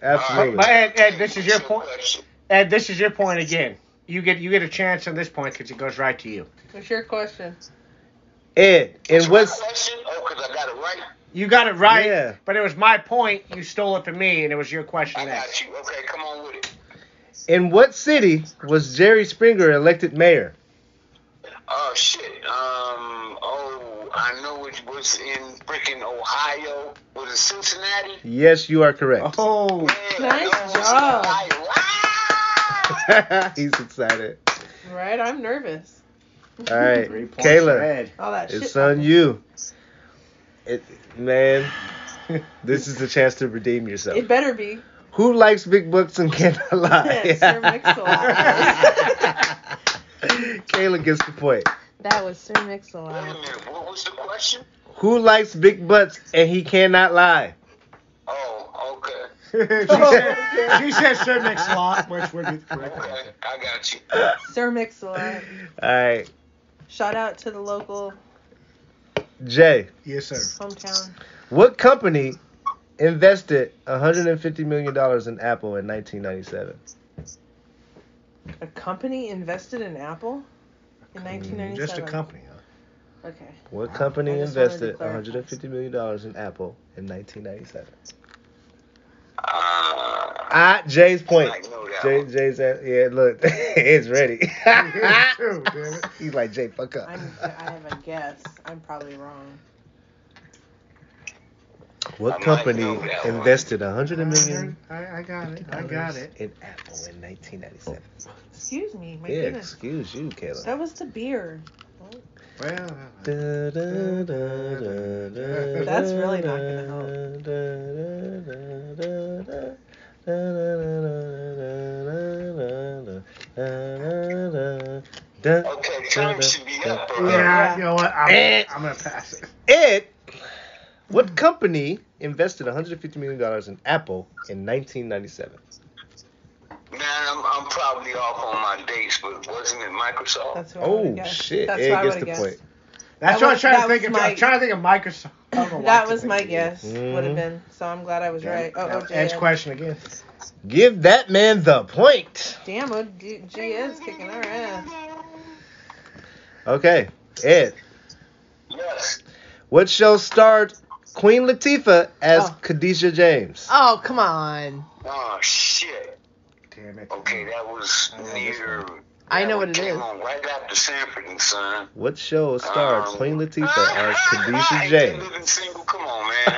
Speaker 2: absolutely.
Speaker 4: But Ed, Ed, this is your
Speaker 5: It's a
Speaker 4: point.
Speaker 5: question.
Speaker 4: Ed, this is your point again. You get you get a chance on this point because it goes right to you.
Speaker 3: What's your question?
Speaker 2: Ed, and
Speaker 5: What's
Speaker 2: what's
Speaker 5: my question? Oh, 'cause I got it right.
Speaker 4: You got it right,
Speaker 2: Yeah.
Speaker 4: but it was my point. You stole it from me, and it was your
Speaker 5: I
Speaker 4: question
Speaker 5: got
Speaker 4: next.
Speaker 5: you. Okay, come on with it.
Speaker 2: in what city was Jerry Springer elected mayor?
Speaker 5: Oh shit. Um. Oh, I know it was in freaking Ohio. Was it Cincinnati?
Speaker 2: Yes, you are correct.
Speaker 4: Oh,
Speaker 5: Yeah,
Speaker 3: Nice
Speaker 5: no, it was in
Speaker 3: job.
Speaker 5: Ohio. Ah!
Speaker 2: He's excited.
Speaker 3: Right? I'm nervous.
Speaker 2: All right,
Speaker 4: three points for
Speaker 2: Kayla,
Speaker 4: Ed.
Speaker 3: All that shit.
Speaker 2: it's on you. It, man, this is the chance to redeem yourself.
Speaker 3: It better be.
Speaker 2: Who likes big books and cannot lie?
Speaker 3: Yes, Sir Mix-a-Lot.
Speaker 2: Kayla gets the point.
Speaker 3: That was Sir mix
Speaker 5: Wait a minute. What was the question?
Speaker 2: Who likes big butts and he cannot lie?
Speaker 5: Oh, okay.
Speaker 4: she, said, she said Sir Mix-a-Lot, which would be the correct
Speaker 5: Okay,
Speaker 4: answer.
Speaker 5: I got you.
Speaker 3: Sir Mix-a-Lot.
Speaker 2: All right,
Speaker 3: Shout out to the local
Speaker 2: Jay.
Speaker 4: Yes, sir.
Speaker 3: hometown.
Speaker 2: What company invested 150 million dollars in Apple in 1997?
Speaker 3: A company invested in Apple
Speaker 2: Mm,
Speaker 3: in 1997.
Speaker 4: Just a company, huh?
Speaker 3: Okay.
Speaker 2: What company
Speaker 3: I just wanted to
Speaker 2: invested
Speaker 3: clarify.
Speaker 2: 150 million dollars in Apple in 1997?
Speaker 5: Uh,
Speaker 2: Ah, Jay's point.
Speaker 5: I know that
Speaker 2: Jay,
Speaker 5: one.
Speaker 2: Jay's at, yeah, look, it's ready.
Speaker 4: True, damn it.
Speaker 2: He's like Jay, fuck up.
Speaker 3: I'm, I have a guess. I'm probably wrong.
Speaker 5: I
Speaker 2: What
Speaker 5: might
Speaker 2: company
Speaker 5: know that one.
Speaker 2: invested 100 million
Speaker 4: I, I got it. I got it.
Speaker 2: in Apple in 1997?
Speaker 3: Excuse me. Oh, My
Speaker 2: Yeah,
Speaker 3: goodness.
Speaker 2: excuse you, Kayla.
Speaker 3: That was the beer.
Speaker 4: Well,
Speaker 2: That's
Speaker 3: That's really not gonna
Speaker 2: help.
Speaker 5: Okay, time should be up.
Speaker 4: yeah,
Speaker 5: already.
Speaker 4: you know what? I'm,
Speaker 2: Eh.
Speaker 4: I'm gonna pass it.
Speaker 2: It. What company invested 150 million dollars in Apple in 1997?
Speaker 5: Man, I'm, I'm probably off on my dates, but wasn't it Microsoft?
Speaker 3: That's what I would've
Speaker 2: Oh
Speaker 3: guessed.
Speaker 2: shit!
Speaker 3: That's
Speaker 2: It
Speaker 3: what I
Speaker 2: gets
Speaker 3: would've
Speaker 2: the
Speaker 3: guessed.
Speaker 2: point.
Speaker 3: That
Speaker 4: That's what I
Speaker 3: was-
Speaker 4: was trying
Speaker 3: that
Speaker 4: to think
Speaker 3: was
Speaker 4: of. I
Speaker 3: my-
Speaker 4: was trying to think of Microsoft. I don't know why I
Speaker 3: That
Speaker 4: could
Speaker 3: was
Speaker 4: think
Speaker 3: my
Speaker 4: of it.
Speaker 3: guess. Would
Speaker 2: Mhm.
Speaker 3: have been. So I'm glad I was right. Oh,
Speaker 4: Now,
Speaker 3: oh,
Speaker 4: Ed's
Speaker 3: Ed.
Speaker 4: question again.
Speaker 2: Give that man the point.
Speaker 3: Damn, oh, G, G is kicking our ass.
Speaker 2: Okay, Ed.
Speaker 5: Yes.
Speaker 2: What show starred Queen Latifah as
Speaker 3: Oh.
Speaker 2: Khadijah James?
Speaker 3: Oh, come on.
Speaker 5: Oh shit.
Speaker 4: Damn it.
Speaker 5: Okay, that was
Speaker 4: I know this
Speaker 5: near.
Speaker 3: I
Speaker 5: that
Speaker 3: know
Speaker 5: one
Speaker 3: what it
Speaker 5: came
Speaker 3: is.
Speaker 5: on right after Sanford and Son.
Speaker 2: What show starred
Speaker 5: Um,
Speaker 2: Queen Latifah as Khadijah
Speaker 5: Hey,
Speaker 2: James?
Speaker 5: living single, Come on, man. I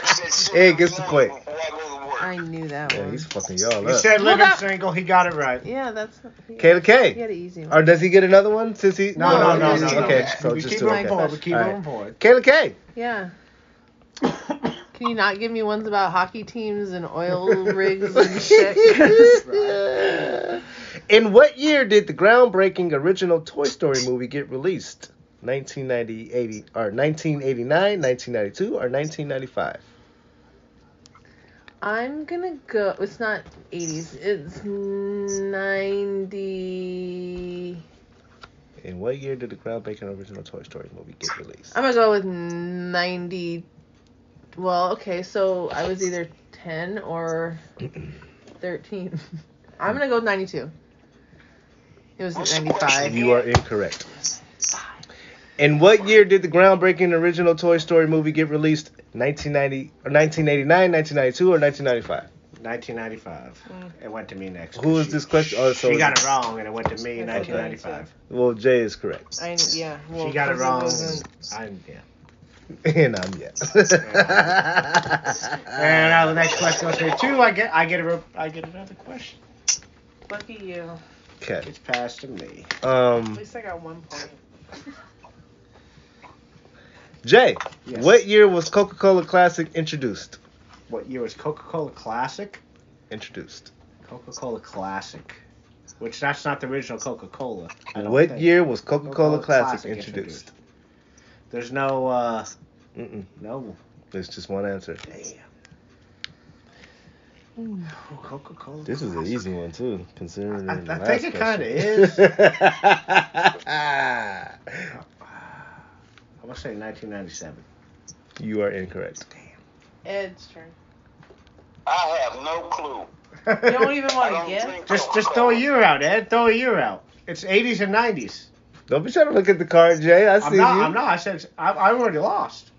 Speaker 5: watched that shit.
Speaker 2: Hey, gets the point.
Speaker 5: before I go to work.
Speaker 3: I knew that
Speaker 2: Yeah,
Speaker 3: one.
Speaker 2: he's fucking y'all
Speaker 4: He
Speaker 2: up.
Speaker 4: said
Speaker 3: Well,
Speaker 4: living
Speaker 3: that-
Speaker 4: single. He got it right.
Speaker 3: Yeah, that's. He,
Speaker 2: Kayla
Speaker 3: he
Speaker 2: K.
Speaker 3: had an easy one.
Speaker 2: Or does he get another one since he?
Speaker 4: No, no, no,
Speaker 2: he-
Speaker 4: no. no.
Speaker 2: Okay, so
Speaker 4: we
Speaker 2: just
Speaker 4: keep
Speaker 2: two.
Speaker 4: moving
Speaker 2: Okay.
Speaker 4: forward. We keep
Speaker 2: All right.
Speaker 4: moving forward.
Speaker 2: Kayla K.
Speaker 3: Yeah. Can you not give me ones about hockey teams and oil rigs and shit?
Speaker 2: In what year did the groundbreaking original Toy Story movie get released? 1990, 80, or 1989, 1992, or 1995?
Speaker 3: I'm gonna go. It's not 80s. It's 90.
Speaker 2: In what year did the groundbreaking original Toy Story movie get released?
Speaker 3: I'm gonna go with 90. Well, okay, so I was either 10 or 13. I'm gonna go with 92. It was 95.
Speaker 2: You are incorrect. In what year did the groundbreaking original Toy Story movie get released? 1990, or 1989, 1992, or 1995?
Speaker 4: 1995.
Speaker 3: Mm.
Speaker 4: It went to me next.
Speaker 2: Who is
Speaker 4: She-
Speaker 2: this question? Oh, so
Speaker 4: she got it wrong, and it went to me in
Speaker 3: That's okay.
Speaker 4: 1995.
Speaker 2: Well, Jay is correct.
Speaker 3: I, yeah. well,
Speaker 4: She got it
Speaker 3: because
Speaker 4: wrong.
Speaker 3: wasn't-
Speaker 4: I'm, yeah.
Speaker 2: and I'm yet.
Speaker 4: And now the next question goes here too. I get, I get, a, I get another question.
Speaker 3: Lucky you.
Speaker 2: okay.
Speaker 4: It's passed to me.
Speaker 3: At
Speaker 2: Um,
Speaker 3: least I got one point.
Speaker 2: Jay,
Speaker 4: Yes.
Speaker 2: what year was Coca Cola Classic introduced?
Speaker 4: What year was Coca-Cola Classic?
Speaker 2: Introduced.
Speaker 4: Coca-Cola Classic, which that's not the original Coca-Cola. I don't
Speaker 2: What
Speaker 4: think.
Speaker 2: year was Coca Cola
Speaker 4: Coca-Cola
Speaker 2: Classic,
Speaker 4: Classic
Speaker 2: introduced?
Speaker 4: There's no, uh,
Speaker 2: Mm-mm.
Speaker 4: no.
Speaker 2: There's just one answer.
Speaker 4: Damn. Coca-Cola.
Speaker 2: This is an
Speaker 4: Classic.
Speaker 2: easy one too, considering.
Speaker 4: I- I
Speaker 2: the last
Speaker 4: think it
Speaker 2: question.
Speaker 4: I'm gonna say 1997.
Speaker 2: you are incorrect.
Speaker 3: Ed's turn.
Speaker 5: I have no clue.
Speaker 3: You don't even
Speaker 5: I
Speaker 3: want
Speaker 5: don't
Speaker 3: to guess?
Speaker 5: drink
Speaker 4: just, just
Speaker 5: Coca-Cola.
Speaker 4: throw a year out, Ed. Throw a year out. It's 80s and 90s.
Speaker 2: Don't be trying to look at the card, Jay. I see
Speaker 4: I'm not.
Speaker 2: you.
Speaker 4: I'm not. I said I, I already lost.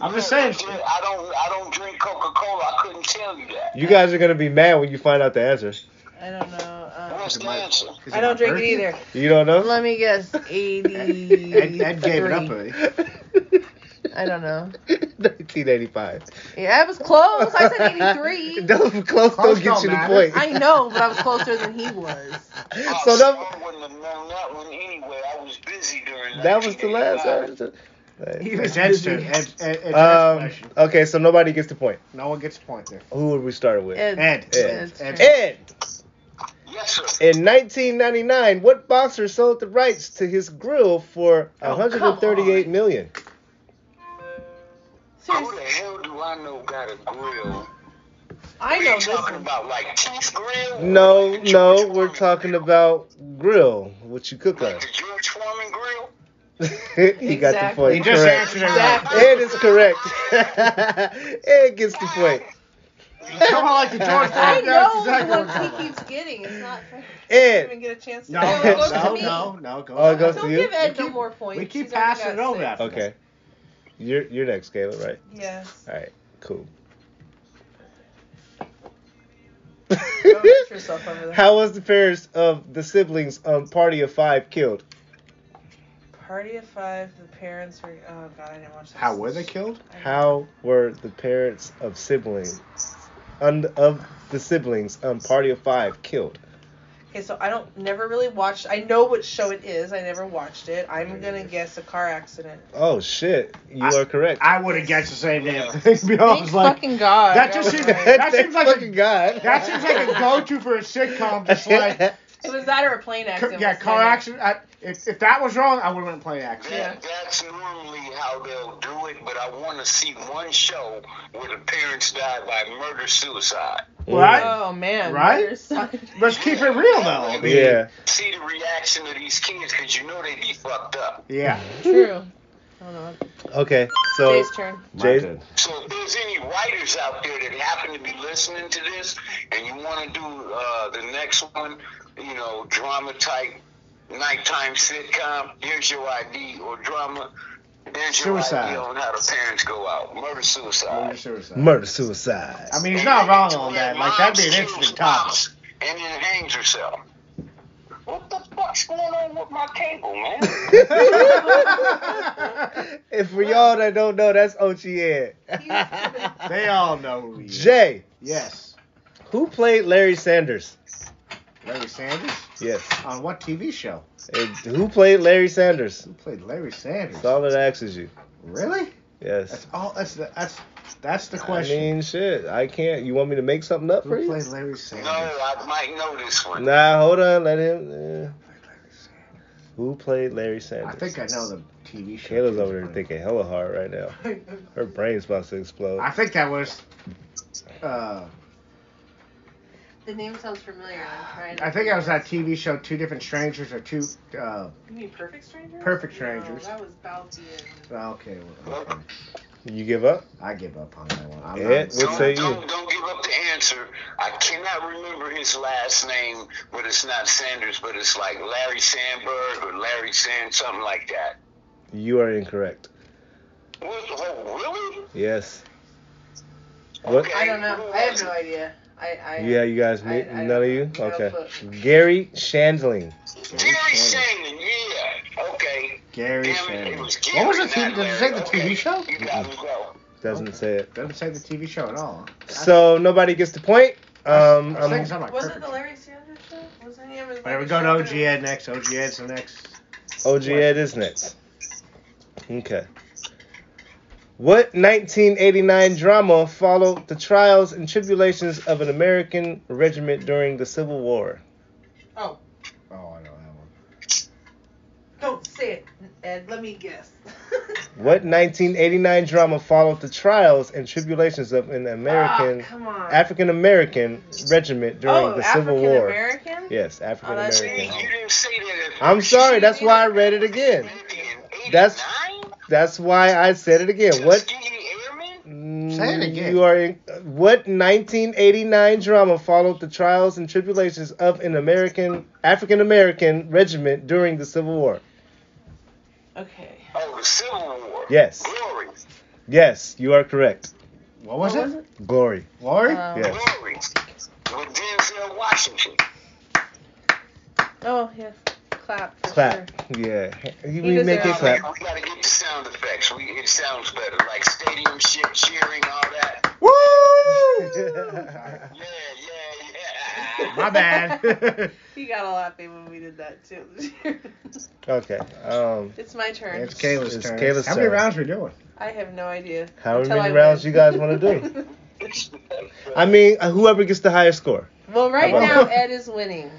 Speaker 4: I'm just
Speaker 5: Yeah,
Speaker 4: saying.
Speaker 5: I did- I don't. I don't drink Coca Cola. I couldn't tell you that.
Speaker 2: You guys are gonna be mad when you find out the answer.
Speaker 3: I don't know. Um,
Speaker 5: What's the
Speaker 4: my-
Speaker 5: answer?
Speaker 4: Is
Speaker 3: I don't
Speaker 4: my
Speaker 3: drink it
Speaker 4: birthday?
Speaker 3: either.
Speaker 2: You don't know.
Speaker 3: Let me guess. 80.
Speaker 4: Ed, Ed gave it up eh? already.
Speaker 3: I don't know.
Speaker 2: 1985.
Speaker 3: Yeah, I was close. I said 83.
Speaker 2: Don't close. don't
Speaker 4: Close
Speaker 2: get
Speaker 4: don't
Speaker 2: you
Speaker 4: matter.
Speaker 2: the point.
Speaker 3: I know, but I was closer than he was.
Speaker 5: Oh,
Speaker 2: so
Speaker 5: shit,
Speaker 2: that
Speaker 5: I wouldn't have known that one anyway. I was busy during
Speaker 2: that was the last
Speaker 5: 1985.
Speaker 2: answer.
Speaker 4: He was Ed's turn. Ed, Ed, Ed's
Speaker 2: Um,
Speaker 4: question.
Speaker 2: okay, so nobody gets the point.
Speaker 4: No one gets a point there.
Speaker 2: Who would we start with?
Speaker 3: Ed.
Speaker 4: Ed.
Speaker 2: Ed.
Speaker 4: Ed.
Speaker 3: Ed.
Speaker 2: Ed.
Speaker 5: Yes, sir.
Speaker 2: In 1999, what boxer sold the rights to his grill for
Speaker 3: Oh,
Speaker 2: 138
Speaker 3: come
Speaker 2: million?
Speaker 5: Who the
Speaker 3: Seriously,
Speaker 5: hell do I know got a grill?
Speaker 3: I
Speaker 5: What are
Speaker 3: know
Speaker 5: you
Speaker 3: this
Speaker 5: talking
Speaker 3: one.
Speaker 5: about like Keith Grill?
Speaker 2: No,
Speaker 5: Like the
Speaker 2: no,
Speaker 5: George
Speaker 2: we're
Speaker 5: Foreman
Speaker 2: talking
Speaker 5: grill?
Speaker 2: about grill, what you cook on.
Speaker 5: Like the George Foreman grill?
Speaker 2: he got the
Speaker 3: Exactly.
Speaker 2: point.
Speaker 4: He just
Speaker 2: correct.
Speaker 4: answered it right.
Speaker 3: Exactly.
Speaker 2: It is correct. it gets the point.
Speaker 4: Come on, like the George
Speaker 3: I
Speaker 4: Floyd. That's
Speaker 3: know
Speaker 4: exactly
Speaker 3: the
Speaker 4: what I'm
Speaker 3: ones he
Speaker 4: talking
Speaker 3: keeps getting. It's not fair. I
Speaker 2: Ed.
Speaker 3: didn't even get a chance to.
Speaker 4: about.
Speaker 2: keeps-
Speaker 3: Look
Speaker 4: No,
Speaker 3: at me.
Speaker 4: no, no, no. Go
Speaker 2: Oh, it
Speaker 4: on.
Speaker 2: goes-
Speaker 3: Don't
Speaker 2: to you?
Speaker 3: give Ed
Speaker 4: We
Speaker 3: no
Speaker 4: keep-
Speaker 3: more points.
Speaker 4: we keep
Speaker 3: He's already
Speaker 4: passing it
Speaker 3: got
Speaker 4: over
Speaker 3: six.
Speaker 4: after
Speaker 2: Okay. You're you're next, Caleb, right?
Speaker 3: Yes.
Speaker 2: All right. Cool.
Speaker 3: Don't hurt yourself over there.
Speaker 2: How was the pairs of the siblings on Party of Five killed?
Speaker 3: Party of five. The parents were. Oh God, I didn't watch that.
Speaker 4: How were they killed?
Speaker 3: I-
Speaker 2: How were the parents of siblings on of the siblings on Party of Five killed?
Speaker 3: Okay, so I don't never really watched. I know what show it is. I never watched it. I'm gonna guess a car accident.
Speaker 2: Oh shit! You
Speaker 4: I-
Speaker 2: are correct.
Speaker 4: I would have guessed the same damn thing. Oh, I was like,
Speaker 3: God.
Speaker 4: that just seems- that
Speaker 2: Thank
Speaker 4: seems like a-
Speaker 2: fucking God.
Speaker 4: that seems like a go-to for a sitcom. Just like,
Speaker 3: It was that or a plane
Speaker 4: c-
Speaker 3: accident.
Speaker 4: yeah,
Speaker 3: wasn't
Speaker 4: car
Speaker 3: it?
Speaker 4: accident. I, if, if that was wrong, I would have went plane accident.
Speaker 3: Yeah.
Speaker 5: That, That's normally how they'll do it, but I want to see one show where the parents die by murder suicide.
Speaker 4: Right?
Speaker 3: Oh man.
Speaker 4: Right?
Speaker 3: there's some-
Speaker 4: Let's keep it real though.
Speaker 5: I mean,
Speaker 2: Yeah.
Speaker 5: See the reaction of these kids because you know they be fucked up.
Speaker 4: Yeah.
Speaker 3: True. I don't know.
Speaker 2: Okay. So
Speaker 3: Jay's turn.
Speaker 2: Jay-
Speaker 4: Mine did.
Speaker 5: So if there's any writers out there that happen to be listening to this and you want to do uh, the next one, you know, drama type nighttime sitcom, here's your ID or drama. Here's your
Speaker 4: Suicide.
Speaker 5: idea on how the parents go out. Murder
Speaker 4: Murder
Speaker 5: suicide.
Speaker 4: suicide.
Speaker 2: murder suicide.
Speaker 4: I mean, he's
Speaker 5: And
Speaker 4: not
Speaker 5: then
Speaker 4: wrong
Speaker 5: it's
Speaker 4: on
Speaker 5: where
Speaker 4: that. Like that'd be an
Speaker 5: moms
Speaker 4: interesting
Speaker 5: kills
Speaker 4: topic.
Speaker 5: moms And then hangs herself. What the fuck's going on with my cable, man?
Speaker 2: and for y'all that don't know, that's Ochi Ed.
Speaker 4: They all know who he is.
Speaker 2: Jay,
Speaker 4: Yes.
Speaker 2: who played Larry Sanders?
Speaker 4: Larry Sanders?
Speaker 2: Yes.
Speaker 4: On what TV show?
Speaker 2: And who played Larry Sanders?
Speaker 4: Who played Larry Sanders?
Speaker 2: That's all that asks you.
Speaker 4: Really?
Speaker 2: Yes.
Speaker 4: That's all that's the that's that's the question.
Speaker 2: I mean, shit. I can't. You want me to make something up for
Speaker 4: who
Speaker 2: you?
Speaker 4: played Larry
Speaker 5: no,
Speaker 4: Sanders?
Speaker 5: I might know this one.
Speaker 2: Nah, hold on. Let him. Uh,
Speaker 4: Who played Larry Sanders?
Speaker 2: who played Larry Sanders?
Speaker 4: I think I know the TV show.
Speaker 2: Kayla's
Speaker 4: too,
Speaker 2: over there
Speaker 4: but-
Speaker 2: thinking hella hard right now. Her brain's about to explode.
Speaker 4: I think that was uh
Speaker 3: The name sounds familiar. I'm trying. to
Speaker 4: I think that was that
Speaker 3: remember.
Speaker 4: TV show Two Different Strangers or Two uh
Speaker 3: You mean Perfect Strangers?
Speaker 4: Perfect Strangers.
Speaker 3: No, that was Balti and
Speaker 4: okay, well, okay.
Speaker 2: You give up?
Speaker 4: I give up on that one. I'm
Speaker 2: Yeah.
Speaker 4: not,
Speaker 2: What say you?
Speaker 5: don't, Don't give up the answer. I cannot remember his last name, but it's not Sanders, but it's like Larry Sandberg or Larry Sand, something like that.
Speaker 2: You are incorrect.
Speaker 5: What, oh, really?
Speaker 2: Yes. What?
Speaker 5: Okay.
Speaker 3: I don't know. I have no idea. I. I
Speaker 2: Yeah, you guys.
Speaker 3: I-
Speaker 2: Meet,
Speaker 3: I
Speaker 2: none of
Speaker 3: don't
Speaker 2: you.
Speaker 3: know. No
Speaker 2: Okay.
Speaker 3: clue.
Speaker 2: Gary Shandling.
Speaker 5: Gary Shannon, yeah. Okay.
Speaker 4: Gary
Speaker 5: Damn it, it
Speaker 4: Sanders.
Speaker 5: was Gary.
Speaker 4: What was the
Speaker 5: not
Speaker 4: TV? Does it say
Speaker 5: Larry.
Speaker 4: the
Speaker 5: Okay,
Speaker 4: TV show?
Speaker 5: You gotta go.
Speaker 2: Doesn't
Speaker 4: Okay.
Speaker 2: say it.
Speaker 4: Doesn't say the TV show at all.
Speaker 2: So nobody gets the point. Um,
Speaker 4: I was
Speaker 2: I'm-
Speaker 4: thinking something about
Speaker 3: Was it
Speaker 4: Perfect
Speaker 3: the Larry Sanders show? Was any of it?
Speaker 4: All right, we're going to OG Ed next. OG Ed's the next.
Speaker 2: OG Ed is next. Okay. What 1989 drama followed the trials and tribulations of an American regiment during the Civil War?
Speaker 3: Oh,
Speaker 4: Oh, I know that one.
Speaker 3: don't say it, Ed. Let me guess.
Speaker 2: What 1989 drama followed the trials and tribulations of an American
Speaker 3: Ah, come on.
Speaker 2: African American regiment during
Speaker 3: oh,
Speaker 2: the Civil
Speaker 3: African
Speaker 2: War?
Speaker 3: American?
Speaker 2: Yes, African
Speaker 3: that's
Speaker 5: See,
Speaker 2: American.
Speaker 5: you didn't say that. at
Speaker 2: I'm
Speaker 5: first.
Speaker 2: sorry, that's why I read it again. That's-
Speaker 5: 89?
Speaker 2: That's why I said it again. What
Speaker 5: Tuskegee E Airmen?
Speaker 2: Say
Speaker 4: it again.
Speaker 2: You are in, what 1989 drama followed the trials and tribulations of an American African American regiment during the Civil War?
Speaker 3: Okay.
Speaker 5: Oh, the Civil War.
Speaker 2: Yes.
Speaker 5: Glory.
Speaker 2: Yes, you are correct.
Speaker 4: What was
Speaker 3: What
Speaker 4: it?
Speaker 3: Oh, was
Speaker 2: Glory.
Speaker 4: Glory?
Speaker 3: Um,
Speaker 2: Yeah.
Speaker 5: Glory. With Denzel Washington.
Speaker 3: Oh yes. Clap. For Sure.
Speaker 2: Clap. Yeah. You
Speaker 3: He
Speaker 2: make it
Speaker 3: deserves
Speaker 2: clap.
Speaker 5: We gotta get the sound effects. We, it sounds better, like stadium shit, cheering, all that.
Speaker 4: Woo!
Speaker 5: Yeah, yeah, yeah.
Speaker 4: My bad.
Speaker 3: He got all happy when we did that too.
Speaker 2: okay. Um
Speaker 3: it's my turn.
Speaker 4: it's Kayla's
Speaker 2: It's
Speaker 4: turn.
Speaker 2: Kayla's
Speaker 4: How many
Speaker 2: turn.
Speaker 4: rounds are we doing?
Speaker 3: I have no idea.
Speaker 2: How
Speaker 3: until
Speaker 2: many
Speaker 3: I
Speaker 2: rounds
Speaker 3: win.
Speaker 2: you guys wanna do? I mean, whoever gets the highest score.
Speaker 3: well, right
Speaker 4: Come
Speaker 3: now
Speaker 4: on.
Speaker 3: Ed is winning.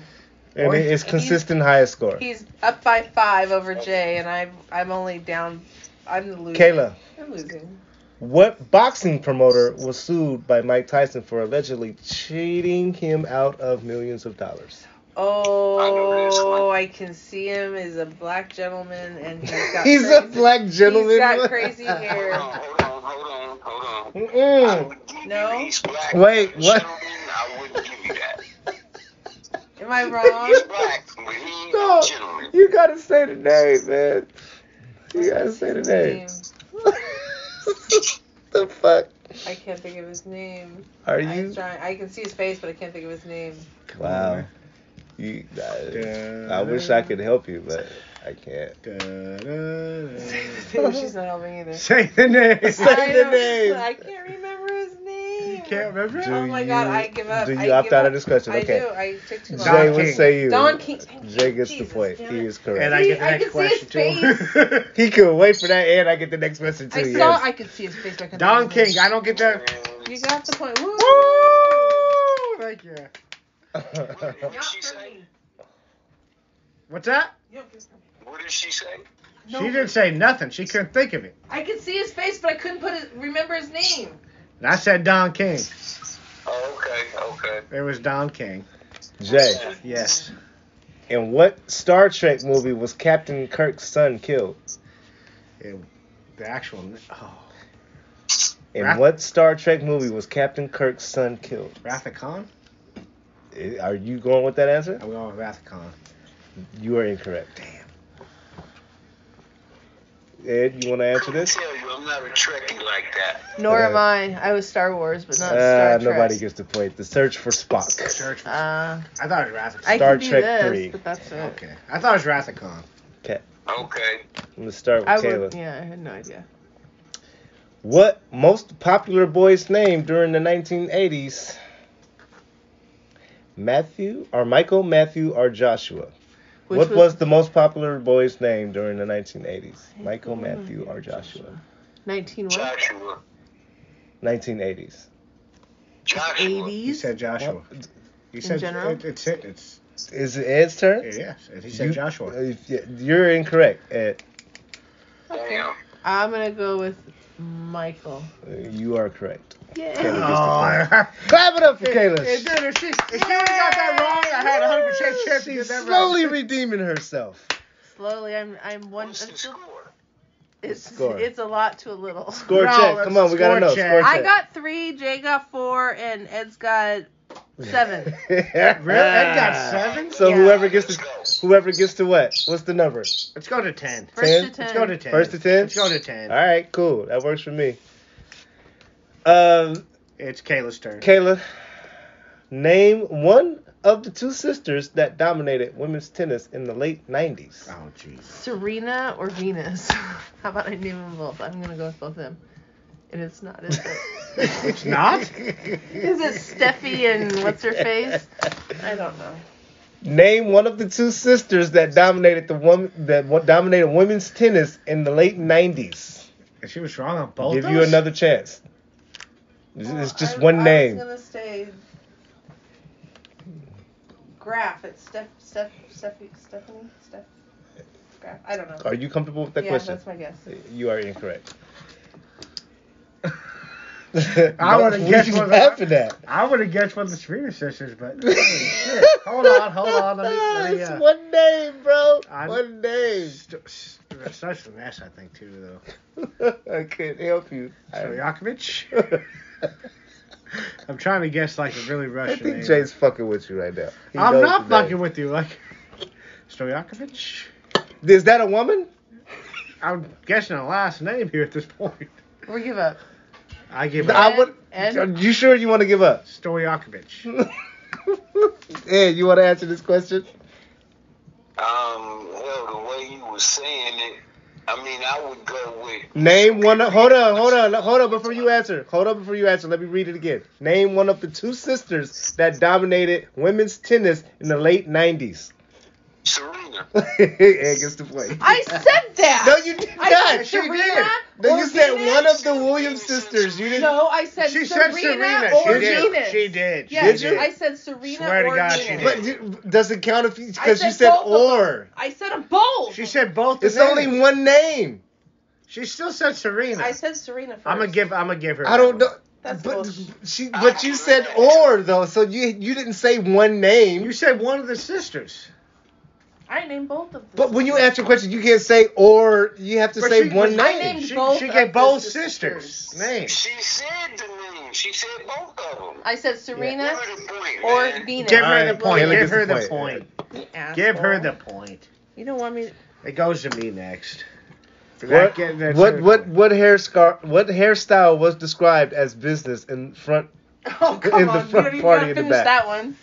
Speaker 2: I mean, it's consistent highest score.
Speaker 3: He's up by five over Jay, and I'm I'm only down. I'm the loser.
Speaker 2: Kayla,
Speaker 3: I'm losing.
Speaker 2: What boxing promoter was sued by Mike Tyson for allegedly cheating him out of millions of dollars?
Speaker 3: Oh, I can see him as a black gentleman, and he's got
Speaker 2: He's a
Speaker 3: crazy-
Speaker 2: black gentleman.
Speaker 3: He's got crazy
Speaker 5: Hold
Speaker 3: hair.
Speaker 5: on, hold on, hold on, hold on. I
Speaker 2: Mm-mm.
Speaker 5: would give you
Speaker 3: No?
Speaker 5: He's black.
Speaker 2: Hmm. Wait,
Speaker 5: but
Speaker 2: what?
Speaker 5: gentlemen, I wouldn't give you that.
Speaker 3: Am I wrong?
Speaker 5: He's black, but he ain't no
Speaker 2: Stop.
Speaker 5: gentleman.
Speaker 2: You gotta say the name, man. You gotta say the name. the fuck
Speaker 3: I can't think of his name.
Speaker 2: are
Speaker 3: I'm
Speaker 2: you?
Speaker 3: trying. I can see his face, but I can't think of his name.
Speaker 2: Wow. You, I, I wish I could help you, but I can't.
Speaker 4: Da-da-da.
Speaker 3: She's not helping either.
Speaker 4: Say the name.
Speaker 2: Say
Speaker 3: I
Speaker 2: the
Speaker 3: don't-
Speaker 2: name.
Speaker 3: I can't remember his name.
Speaker 4: You can't remember it?
Speaker 3: oh my god,
Speaker 2: you-
Speaker 3: I give up.
Speaker 2: Do you
Speaker 3: I
Speaker 2: opt
Speaker 3: give
Speaker 2: out
Speaker 3: up.
Speaker 2: of discussion?
Speaker 3: I
Speaker 2: Okay.
Speaker 3: do. I took too long.
Speaker 2: Jay,
Speaker 4: Don
Speaker 2: what
Speaker 4: King.
Speaker 2: say you?
Speaker 3: Don King.
Speaker 2: Jay gets
Speaker 3: Jesus,
Speaker 2: the point.
Speaker 3: damn
Speaker 2: He
Speaker 3: it.
Speaker 2: is correct.
Speaker 4: And I get the
Speaker 3: I
Speaker 4: next
Speaker 3: can see
Speaker 4: question
Speaker 3: his
Speaker 4: too.
Speaker 2: he could wait for that, and I get the next message too.
Speaker 3: I
Speaker 2: yes.
Speaker 3: saw. I could see his face. but I couldn't
Speaker 4: Don
Speaker 3: think of his
Speaker 4: King, I don't get that.
Speaker 5: And
Speaker 3: name. You got the point. Woo!
Speaker 4: Woo! Thank you.
Speaker 5: What did
Speaker 3: Not
Speaker 5: she
Speaker 3: for
Speaker 5: say?
Speaker 3: me.
Speaker 4: What's that?
Speaker 3: Not for me.
Speaker 5: What did she say?
Speaker 3: No.
Speaker 4: She didn't say nothing. She couldn't think of it.
Speaker 3: I could see his face, but I couldn't put his, remember his name.
Speaker 4: And I said Don King.
Speaker 5: Oh, okay, okay.
Speaker 4: It was Don King.
Speaker 2: Jay,
Speaker 4: Yes.
Speaker 2: in what Star Trek movie was Captain Kirk's son killed?
Speaker 4: It, the actual. Oh,
Speaker 2: In
Speaker 4: Wrath-
Speaker 2: what Star Trek movie was Captain Kirk's son killed?
Speaker 4: Wrath of Khan?
Speaker 2: I- Are you going with that answer?
Speaker 4: I'm going with Wrath of Khan.
Speaker 2: You are incorrect. Damn. Ed, you want to answer
Speaker 5: I
Speaker 2: this?
Speaker 5: tell you, I'm not a Trekkie like that.
Speaker 3: Nor
Speaker 2: Uh,
Speaker 3: am I. I was Star Wars, but not
Speaker 2: Uh,
Speaker 3: Star Trek.
Speaker 2: nobody gets to point. The search for Spock.
Speaker 4: Search. I
Speaker 3: Uh,
Speaker 4: thought it was Wrath of
Speaker 3: I
Speaker 2: Star
Speaker 4: Khan.
Speaker 3: can do
Speaker 2: Trek
Speaker 3: this,
Speaker 2: 3.
Speaker 3: but that's it.
Speaker 4: Okay. I thought it was Wrath of Khan.
Speaker 5: Okay.
Speaker 2: I'm gonna start
Speaker 3: I
Speaker 2: with
Speaker 3: would.
Speaker 2: Caleb.
Speaker 3: Yeah, I had no idea.
Speaker 2: What most popular boy's name during the 1980s? Matthew or Michael, Matthew or Joshua?
Speaker 3: Which
Speaker 2: what was, the most popular boy's name during the 1980s? Michael, Matthew or Joshua?
Speaker 3: 19 what?
Speaker 5: Joshua.
Speaker 2: 1980s.
Speaker 5: Joshua.
Speaker 3: 80s.
Speaker 4: He said Joshua. He said
Speaker 3: general?
Speaker 4: It, it's it. It's
Speaker 2: Is it Ed's turn?
Speaker 4: it. Yes. He said
Speaker 2: You-
Speaker 4: Joshua.
Speaker 2: uh, yeah, You're incorrect, Ed.
Speaker 5: Damn.
Speaker 3: I'm gonna go with Michael.
Speaker 2: Uh, You are correct.
Speaker 3: Yeah.
Speaker 4: Oh,
Speaker 2: Clap it up for
Speaker 4: It, it
Speaker 2: Kayla.
Speaker 4: did. If she, if she would've got that wrong, I had a 100% chance to
Speaker 2: She's
Speaker 4: get that
Speaker 2: slowly
Speaker 4: right.
Speaker 2: redeeming herself.
Speaker 3: Slowly, I'm. I'm one. I'm
Speaker 5: What's the
Speaker 3: still,
Speaker 5: score?
Speaker 3: it's
Speaker 2: Score.
Speaker 3: it's a lot to a little.
Speaker 2: Score
Speaker 4: No,
Speaker 2: check.
Speaker 4: that's
Speaker 2: Come on, we gotta
Speaker 4: score
Speaker 2: know.
Speaker 4: check.
Speaker 2: Score check.
Speaker 3: I got three. Jay got four, and Ed's got seven.
Speaker 2: really?
Speaker 4: Ed got seven?
Speaker 2: Ah. So
Speaker 3: Yeah.
Speaker 2: whoever gets to
Speaker 5: Let's go.
Speaker 2: whoever gets to what? What's the number?
Speaker 4: Let's go to 10.
Speaker 3: First
Speaker 2: Ten?
Speaker 3: to ten.
Speaker 4: Let's go to 10.
Speaker 2: First to 10?
Speaker 4: Let's go to 10.
Speaker 2: All right, cool. That works for me. Um,
Speaker 4: It's Kayla's turn.
Speaker 2: Kayla, name one of the two sisters that dominated women's tennis in the late '90s.
Speaker 4: oh, jeez.
Speaker 3: Serena or Venus? How about I name them both? I'm gonna go with both of them. And it's not, is it?
Speaker 4: It's not?
Speaker 3: is it Steffi and what's her face? I don't know.
Speaker 2: Name one of the two sisters that dominated the woman that wo- dominated women's tennis in the late '90s.
Speaker 4: She was wrong on both
Speaker 2: Give
Speaker 4: those?
Speaker 2: you another chance. It's it's just one
Speaker 3: I
Speaker 2: name.
Speaker 3: was gonna say Graph. It's Steph, Steph, Steffi, Stephanie, Steph. Graph. I don't know.
Speaker 2: Are Oh, you comfortable with that
Speaker 3: yeah,
Speaker 2: question?
Speaker 3: that's my guess.
Speaker 2: You are incorrect.
Speaker 4: I
Speaker 2: Don't-
Speaker 4: would've
Speaker 2: what
Speaker 4: guessed
Speaker 2: you
Speaker 4: one of
Speaker 2: laugh
Speaker 4: the-
Speaker 2: at that.
Speaker 4: I would have guessed one of the Serena sisters, but. holy shit. Hold on, hold on. Let me, let me,
Speaker 2: It's
Speaker 4: uh,
Speaker 2: one name, bro.
Speaker 4: I'm-
Speaker 2: One name.
Speaker 4: st- st- it starts with an S, I think, too, though.
Speaker 2: I couldn't help you.
Speaker 4: Stojakovic?
Speaker 2: I
Speaker 4: I'm trying to guess, like, a really Russian
Speaker 2: think
Speaker 4: name.
Speaker 2: Jay's fucking with you right now. He
Speaker 4: I'm
Speaker 2: knows
Speaker 4: not
Speaker 2: the name.
Speaker 4: fucking with you. Like, Stojakovic?
Speaker 2: Is that a woman?
Speaker 4: I'm guessing a last name here at this point.
Speaker 3: We give up.
Speaker 4: I give
Speaker 2: I
Speaker 4: up.
Speaker 3: Ed?
Speaker 2: would- Are
Speaker 3: Ed?
Speaker 2: you sure you want to give up?
Speaker 4: Stoyakovich.
Speaker 2: hey, you want to answer this question?
Speaker 5: Um, well, the way you were saying it, I mean, I would go with
Speaker 2: Name one. Hold on, hold on, hold on. Before you answer, hold on. Before you answer, let me read it again. Name one of the two sisters that dominated women's tennis in the late '90s.
Speaker 5: Serena.
Speaker 2: Ed gets to play.
Speaker 3: I said that.
Speaker 2: No, you did
Speaker 3: I
Speaker 2: not.
Speaker 3: said
Speaker 2: She
Speaker 3: Serena
Speaker 2: did. No, you
Speaker 3: or
Speaker 2: said
Speaker 3: Venus.
Speaker 2: one of the Williams sisters. You didn't.
Speaker 3: No, I said
Speaker 4: She
Speaker 3: Serena,
Speaker 4: said Serena.
Speaker 3: or
Speaker 4: She did.
Speaker 3: Venus.
Speaker 4: She did. She
Speaker 3: Yes,
Speaker 2: did.
Speaker 3: I said Serena
Speaker 4: Swear to
Speaker 3: or
Speaker 4: God,
Speaker 3: Venus.
Speaker 4: she
Speaker 2: But you, does it count if you because
Speaker 3: I
Speaker 2: you said
Speaker 3: both of them.
Speaker 2: or?
Speaker 3: I said them both.
Speaker 4: She said both.
Speaker 2: It's
Speaker 4: the names.
Speaker 2: only one name.
Speaker 4: She still said Serena.
Speaker 3: I
Speaker 4: I
Speaker 3: said Serena first.
Speaker 4: am gonna give. I'm gonna give her.
Speaker 2: I don't
Speaker 4: that
Speaker 2: know.
Speaker 4: one.
Speaker 3: That's
Speaker 2: but
Speaker 3: bullshit.
Speaker 2: she, but you said or though, so you you didn't say one
Speaker 4: You
Speaker 2: name.
Speaker 4: said one of the sisters.
Speaker 3: I named both of them.
Speaker 2: But when you answer a question, you can't say or. You have to
Speaker 4: But
Speaker 2: say
Speaker 4: she-
Speaker 2: one
Speaker 4: but
Speaker 3: I
Speaker 2: name.
Speaker 3: named
Speaker 4: She,
Speaker 3: both.
Speaker 4: she
Speaker 3: of
Speaker 4: gave
Speaker 3: the
Speaker 4: both
Speaker 3: sisters.
Speaker 4: sisters, names.
Speaker 5: She said the name. She said both of them.
Speaker 3: I said Serena
Speaker 5: Give her the point,
Speaker 3: or
Speaker 5: man.
Speaker 3: Venus.
Speaker 4: Give her
Speaker 2: Alright,
Speaker 4: the point.
Speaker 2: Kayla
Speaker 4: Give
Speaker 2: gets
Speaker 4: her
Speaker 2: the
Speaker 4: the
Speaker 2: point.
Speaker 4: point.
Speaker 3: You asshole.
Speaker 4: Give her the point.
Speaker 3: You don't want me. To...
Speaker 4: It goes to me next. For not
Speaker 2: What,
Speaker 4: getting that
Speaker 2: what
Speaker 4: third
Speaker 2: what
Speaker 4: one.
Speaker 2: what hair scar what hairstyle was described as business in front
Speaker 3: Oh come
Speaker 2: In the
Speaker 3: on!
Speaker 2: front
Speaker 3: you
Speaker 2: party
Speaker 3: don't
Speaker 2: in
Speaker 3: even
Speaker 2: the
Speaker 3: finish
Speaker 2: back.
Speaker 3: that one.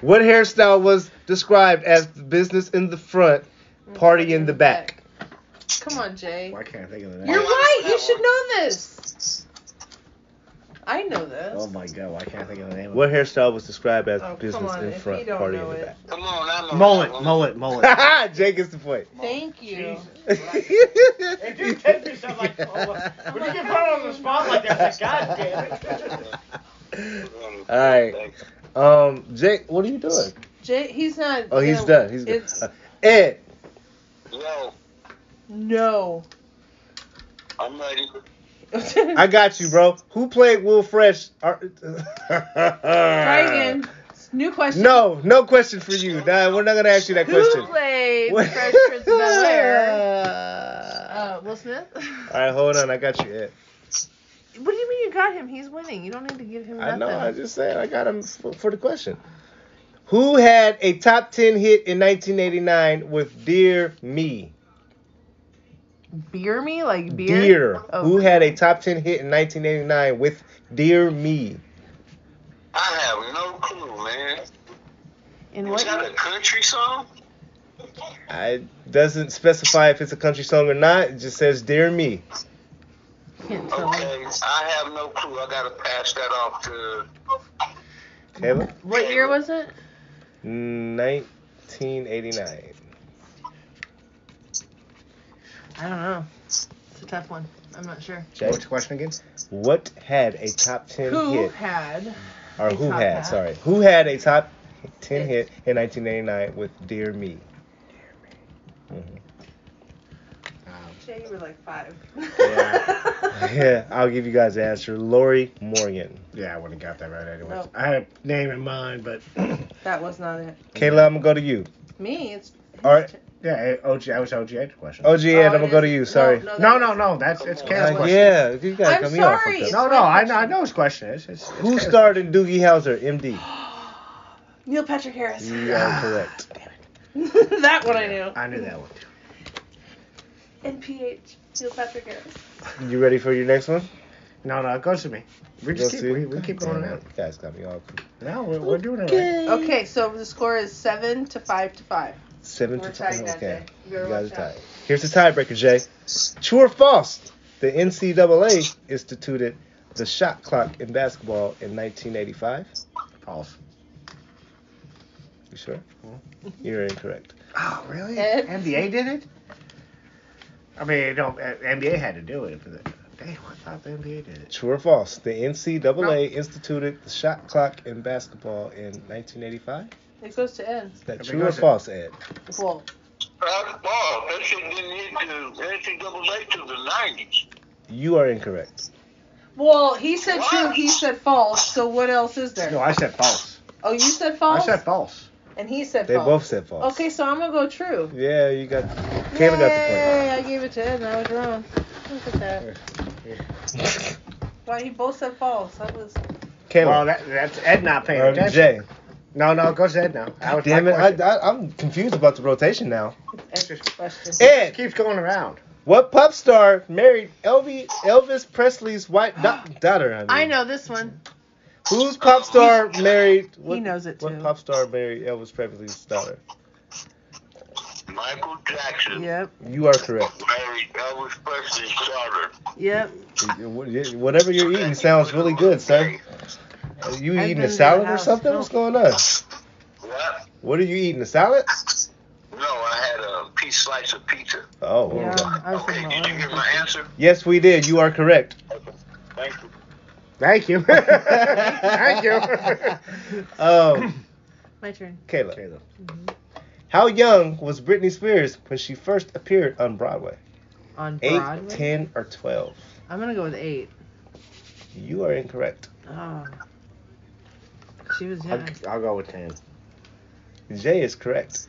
Speaker 2: what hairstyle was described as business in the front party in the back
Speaker 3: Come on, Jay.
Speaker 4: Why can't I think of the
Speaker 3: You're
Speaker 4: name?
Speaker 3: right. You should know this. I know this.
Speaker 4: Oh my god! Why can't I think of the name?
Speaker 2: what hairstyle was described as
Speaker 3: Oh, come
Speaker 2: business
Speaker 3: on,
Speaker 2: in
Speaker 3: if
Speaker 2: front
Speaker 3: you don't
Speaker 2: party in
Speaker 3: know
Speaker 2: the
Speaker 3: it.
Speaker 2: back
Speaker 5: Come on, I'm a-
Speaker 4: Mullet, mullet, mullet.
Speaker 2: ha ha Jay gets the point
Speaker 3: Thank you.
Speaker 2: if
Speaker 6: you take yourself like-
Speaker 2: oh,
Speaker 4: "Oh,
Speaker 6: When you get put on the spot like that, it's like, God damn it.
Speaker 5: Um,
Speaker 2: all right
Speaker 5: like,
Speaker 2: um Jake what are you doing
Speaker 3: Jay, he's not.
Speaker 2: oh he's
Speaker 3: no,
Speaker 2: done he's done
Speaker 3: it's-
Speaker 2: Uh, Ed
Speaker 5: Yo,
Speaker 3: No.
Speaker 5: I'm ready.
Speaker 2: I got you bro who played Will Fresh Ar-
Speaker 3: Try again. New question.
Speaker 2: uh, No, no question for you. Nah, we're not gonna ask you that
Speaker 3: Who
Speaker 2: question.
Speaker 3: played
Speaker 2: What-
Speaker 3: Fresh Prince of Bel Air? Uh, Will Smith.
Speaker 2: All right, hold on. I got you. Ed.
Speaker 3: What do you mean you got him? He's winning. You don't need to give him
Speaker 2: I
Speaker 3: nothing.
Speaker 2: know. I just said I got him for, for the question. Who had a top ten hit in 1989 with "Dear Me"?
Speaker 3: Beer me like beer.
Speaker 2: Dear.
Speaker 3: Oh.
Speaker 2: Who had a top ten hit in 1989 with "Dear Me"?
Speaker 5: I have no clue, man.
Speaker 3: In
Speaker 5: Was
Speaker 3: what?
Speaker 5: that a
Speaker 3: year?
Speaker 5: country song?
Speaker 2: I doesn't specify if it's a country song or not. It just says "Dear Me."
Speaker 3: Can't tell me.
Speaker 5: Okay, I have no clue. I gotta pass that off to.
Speaker 2: Kayla,
Speaker 3: What year was it? Mm.
Speaker 2: 1989.
Speaker 3: I don't know. It's a tough one. I'm not sure.
Speaker 2: Jay,
Speaker 4: What's the question again?
Speaker 2: what had a top ten
Speaker 3: Who
Speaker 2: hit?
Speaker 3: had?
Speaker 2: or
Speaker 3: A
Speaker 2: who
Speaker 3: top
Speaker 2: had,
Speaker 3: hat.
Speaker 2: sorry, who had a top 10
Speaker 3: Hit.
Speaker 2: hit in 1989 with Dear Me? Mhm.
Speaker 3: Jay, you were like five.
Speaker 2: Yeah, I'll give you guys the answer. Lori Morgan.
Speaker 4: Yeah, I wouldn't have got that right anyway.
Speaker 3: Nope.
Speaker 4: I had a name in mind, but
Speaker 3: that was not it.
Speaker 2: Kayla, I'm gonna go to you.
Speaker 3: Me, it's.
Speaker 2: All right.
Speaker 4: yeah, I- OG. I was OG. had the question.
Speaker 2: OG,
Speaker 3: Oh,
Speaker 2: and I'm
Speaker 3: it
Speaker 2: gonna go to
Speaker 3: is-
Speaker 2: you. Sorry.
Speaker 3: No,
Speaker 4: No, no, no. That's it's
Speaker 5: Uh,
Speaker 4: Kayla's
Speaker 2: Uh,
Speaker 4: question.
Speaker 2: yeah, you guys
Speaker 3: I'm
Speaker 2: got me all
Speaker 3: sorry.
Speaker 2: fucked up.
Speaker 4: No, no. I know. I know his question. It's, it's, it's
Speaker 2: Who
Speaker 4: Kayla's
Speaker 2: starred in Doogie Howser, MD?
Speaker 3: Neil Patrick Harris.
Speaker 2: You are correct.
Speaker 3: that one I knew.
Speaker 4: question. I knew that one. too.
Speaker 3: NPH. Neil Patrick Harris.
Speaker 2: You ready for your next one?
Speaker 4: No, no. It goes to me.
Speaker 2: Go
Speaker 4: We just keep
Speaker 2: see.
Speaker 4: we, we keep going
Speaker 2: Damn
Speaker 4: out.
Speaker 2: it, You guys got me all confused.
Speaker 4: No, we're, we're doing it right.
Speaker 3: Okay, so the score is seven to five to five.
Speaker 2: Seven
Speaker 3: We're
Speaker 2: to five.
Speaker 3: tied that
Speaker 2: Okay.
Speaker 3: day.
Speaker 2: You
Speaker 3: You're
Speaker 2: guys are
Speaker 3: tied.
Speaker 2: tied. Here's the tiebreaker, Jay. True or false? The NCAA instituted the shot clock in basketball in 1985.
Speaker 4: False.
Speaker 2: You sure?
Speaker 4: Mm-hmm.
Speaker 2: You're incorrect.
Speaker 4: Oh, really?
Speaker 3: Ed?
Speaker 4: NBA did it? I mean, no, uh, NBA had to do it. For the, damn, I thought the NBA did it.
Speaker 2: True or false? The NCAA instituted the shot clock in basketball in 1985.
Speaker 3: It goes to N.
Speaker 2: Is that
Speaker 4: There we
Speaker 2: true
Speaker 4: go,
Speaker 2: or
Speaker 4: sir.
Speaker 2: false, Ed?
Speaker 3: Well,
Speaker 5: That ball. That shit didn't hit the NCAA to the nineties.
Speaker 2: You are incorrect.
Speaker 3: well, he said true. He said false. So what else is there?
Speaker 4: No, I said false.
Speaker 3: Oh, you said false.
Speaker 4: I said false.
Speaker 3: and he said
Speaker 2: They
Speaker 4: Oh.
Speaker 3: false.
Speaker 2: both said false.
Speaker 3: Okay, so I'm gonna go true.
Speaker 2: Yeah, you got.
Speaker 3: Yay,
Speaker 2: Kayla got
Speaker 3: I gave it to Ed and I was wrong. Look at that.
Speaker 2: the point.
Speaker 3: Why he both said false. That was
Speaker 4: Well,
Speaker 2: Kayla.
Speaker 4: that, that's Ed not paying
Speaker 2: Um,
Speaker 4: attention.
Speaker 2: Jay.
Speaker 4: No, no, it goes to Ed now. That was my
Speaker 2: Damn it! I,
Speaker 4: question.
Speaker 2: I, I'm confused about the rotation now.
Speaker 3: Ed's question.
Speaker 2: Ed.
Speaker 4: It keeps going around.
Speaker 2: What pop star married Elvi, Elvis Presley's wife da- daughter? I, mean.
Speaker 3: I know this one.
Speaker 2: Whose pop star married?
Speaker 3: He knows it
Speaker 2: What
Speaker 3: too.
Speaker 2: pop star married Elvis Presley's daughter?
Speaker 5: Michael Jackson
Speaker 3: Yep.
Speaker 2: You are correct.
Speaker 5: married Elvis Presley's daughter.
Speaker 3: Yep.
Speaker 2: Whatever you're eating sounds really good, sir. Are you
Speaker 3: I've
Speaker 2: eating
Speaker 3: been
Speaker 2: a
Speaker 3: to the
Speaker 2: salad or
Speaker 3: house.
Speaker 2: something?
Speaker 3: No.
Speaker 2: What's going on?
Speaker 5: What?
Speaker 2: What are you eating? A salad?
Speaker 5: No, I had a piece slice of pizza.
Speaker 2: Oh.
Speaker 3: Yeah. I was
Speaker 5: Okay,
Speaker 3: thinking
Speaker 5: did you
Speaker 3: about
Speaker 5: get my answer?
Speaker 2: Yes, we did. You are correct.
Speaker 5: Okay, thank you.
Speaker 4: Thank you. Thank you.
Speaker 2: um,
Speaker 3: My turn.
Speaker 2: Kayla.
Speaker 4: Caleb.
Speaker 2: How young was Britney Spears when she first appeared on Broadway?
Speaker 3: On
Speaker 2: Eight,
Speaker 3: Broadway.
Speaker 2: ten, or twelve?
Speaker 3: I'm gonna go with eight.
Speaker 2: You are incorrect.
Speaker 3: Oh. She was
Speaker 2: I'll,
Speaker 3: young.
Speaker 2: I'll go with ten. Jay is correct.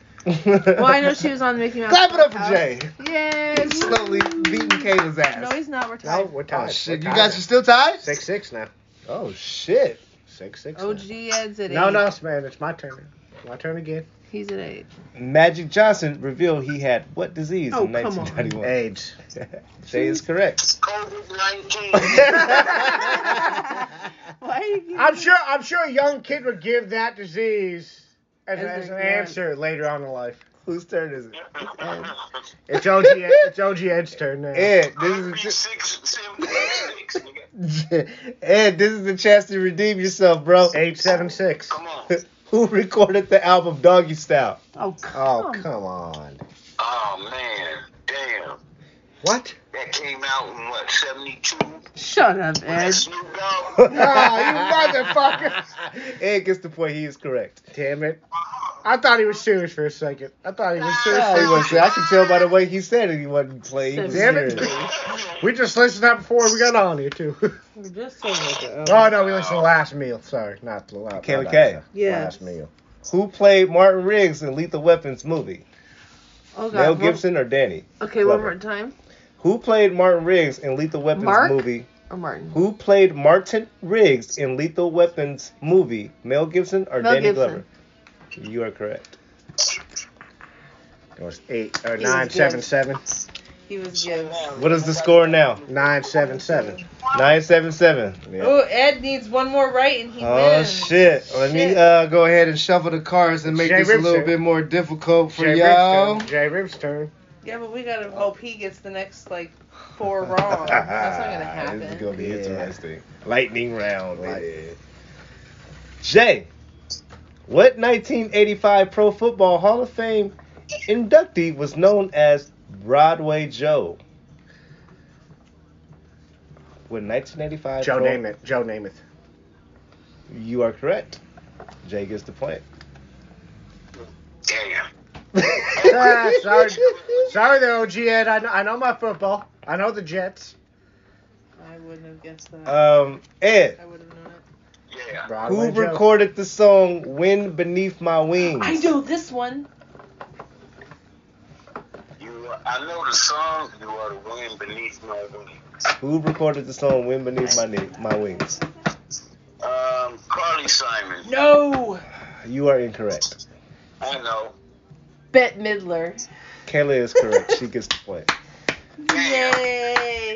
Speaker 3: Well, I know she was on Mickey Mouse.
Speaker 2: Clap it up for
Speaker 3: Clubhouse.
Speaker 2: Jay.
Speaker 3: Yay!
Speaker 2: He's slowly beating Kayla's
Speaker 3: No,
Speaker 2: ass.
Speaker 3: he's not. We're
Speaker 2: Oh,
Speaker 3: tied.
Speaker 2: we're
Speaker 4: Oh,
Speaker 2: tied.
Speaker 4: shit.
Speaker 2: We're
Speaker 4: You
Speaker 2: tied
Speaker 4: guys
Speaker 2: now.
Speaker 4: are still tied?
Speaker 2: six six now. Oh shit.
Speaker 4: Six, six. now.
Speaker 3: OG Ed's at eight.
Speaker 4: No, no, man. It's my turn. My turn again.
Speaker 3: He's at eight.
Speaker 2: Magic Johnson revealed he had what disease
Speaker 3: Oh,
Speaker 2: in
Speaker 3: come on.
Speaker 2: 1991?
Speaker 4: AIDS.
Speaker 2: Jay is correct.
Speaker 5: COVID 19.
Speaker 3: Why do you keep-
Speaker 4: I'm sure. I'm sure a young kid would give that disease as,
Speaker 3: As
Speaker 4: as an
Speaker 3: their drug.
Speaker 4: answer later on in life.
Speaker 2: Whose turn is it?
Speaker 4: It's OG. it's OG Ed's turn now.
Speaker 2: Ed, this is a ch-
Speaker 5: Come
Speaker 2: Ed, this is the chance to redeem yourself, bro.
Speaker 4: Eight seven six.
Speaker 5: on.
Speaker 2: Who recorded the album Doggy Style?
Speaker 3: Oh,
Speaker 4: Oh
Speaker 3: come.
Speaker 4: come on.
Speaker 5: Oh, man. Damn.
Speaker 4: What?
Speaker 5: That came out in what, 72?
Speaker 3: Shut up, Ed.
Speaker 5: Snoop Dogg?
Speaker 4: Ah, you motherfucker.
Speaker 2: Ed gets the point. He is correct.
Speaker 4: Damn it. I thought he was serious for a second. I thought he was serious.
Speaker 2: Oh, he wasn't- I can tell by the way he said it. He wasn't playing. He was
Speaker 4: Damn it.
Speaker 2: serious.
Speaker 4: We just listened to that before we got on here too.
Speaker 3: We're just so good.
Speaker 4: oh no, we listened to the last meal. Sorry, not the last.
Speaker 2: Kayla
Speaker 4: not
Speaker 2: Kay.
Speaker 4: last-
Speaker 3: Yeah.
Speaker 4: Last meal.
Speaker 2: Who played Martin Riggs in Lethal Weapons movie?
Speaker 3: Oh, God.
Speaker 2: Mel
Speaker 3: One-
Speaker 2: Gibson or Danny?
Speaker 3: Okay, one
Speaker 2: Glover.
Speaker 3: more time.
Speaker 2: Who played Martin Riggs in Lethal Weapons
Speaker 3: Mark?
Speaker 2: movie?
Speaker 3: Or Oh, Martin.
Speaker 2: Who played Martin Riggs in Lethal Weapons movie? Mel Gibson or
Speaker 3: Mel
Speaker 2: Danny
Speaker 3: Gibson.
Speaker 2: Glover? You are correct.
Speaker 4: It was eight or
Speaker 3: was
Speaker 4: nine
Speaker 3: good.
Speaker 4: seven seven.
Speaker 3: He was good.
Speaker 2: What is the score now?
Speaker 4: Nine seven seven.
Speaker 2: Nine seven seven.
Speaker 3: Oh, Ed needs one more right and he
Speaker 2: Oh
Speaker 3: wins.
Speaker 2: shit! Let me
Speaker 3: Shit.
Speaker 2: uh, go ahead and shuffle the cards and make
Speaker 4: Jay
Speaker 2: this a little
Speaker 4: Ripster.
Speaker 2: bit more difficult for
Speaker 4: Jay
Speaker 2: y'all.
Speaker 4: Rib's turn. Jay Rib's turn.
Speaker 3: Yeah, but we gotta hope he gets the next like four wrong. Oh, That's not gonna happen.
Speaker 2: This is gonna be
Speaker 4: Yeah.
Speaker 2: interesting. Lightning round.
Speaker 4: Light-
Speaker 2: yeah. Jay, what 1985 Pro Football Hall of Fame inductee was known as Broadway Joe? With 1985
Speaker 4: Joe
Speaker 2: Pro-
Speaker 4: Namath. Joe Namath.
Speaker 2: You are correct. Jay gets the point.
Speaker 5: Damn.
Speaker 4: Ah, sorry, sorry there, OG Ed. I know, I know my football. I know the Jets.
Speaker 3: I wouldn't have guessed that.
Speaker 2: Um, Ed,
Speaker 3: I would have known it.
Speaker 5: Yeah.
Speaker 4: Broadway
Speaker 2: who
Speaker 4: Joe.
Speaker 2: recorded the song "Wind Beneath My Wings"?
Speaker 3: I know this one.
Speaker 5: You, are- I know the song, You Are the Wind Beneath My Wings.
Speaker 2: Who recorded the song "Wind Beneath My Knee- My Wings"?
Speaker 5: Um, Carly Simon.
Speaker 3: No.
Speaker 2: You are incorrect.
Speaker 5: I know.
Speaker 3: Bette Midler.
Speaker 2: Kayla is correct. she gets the point.
Speaker 3: Yay.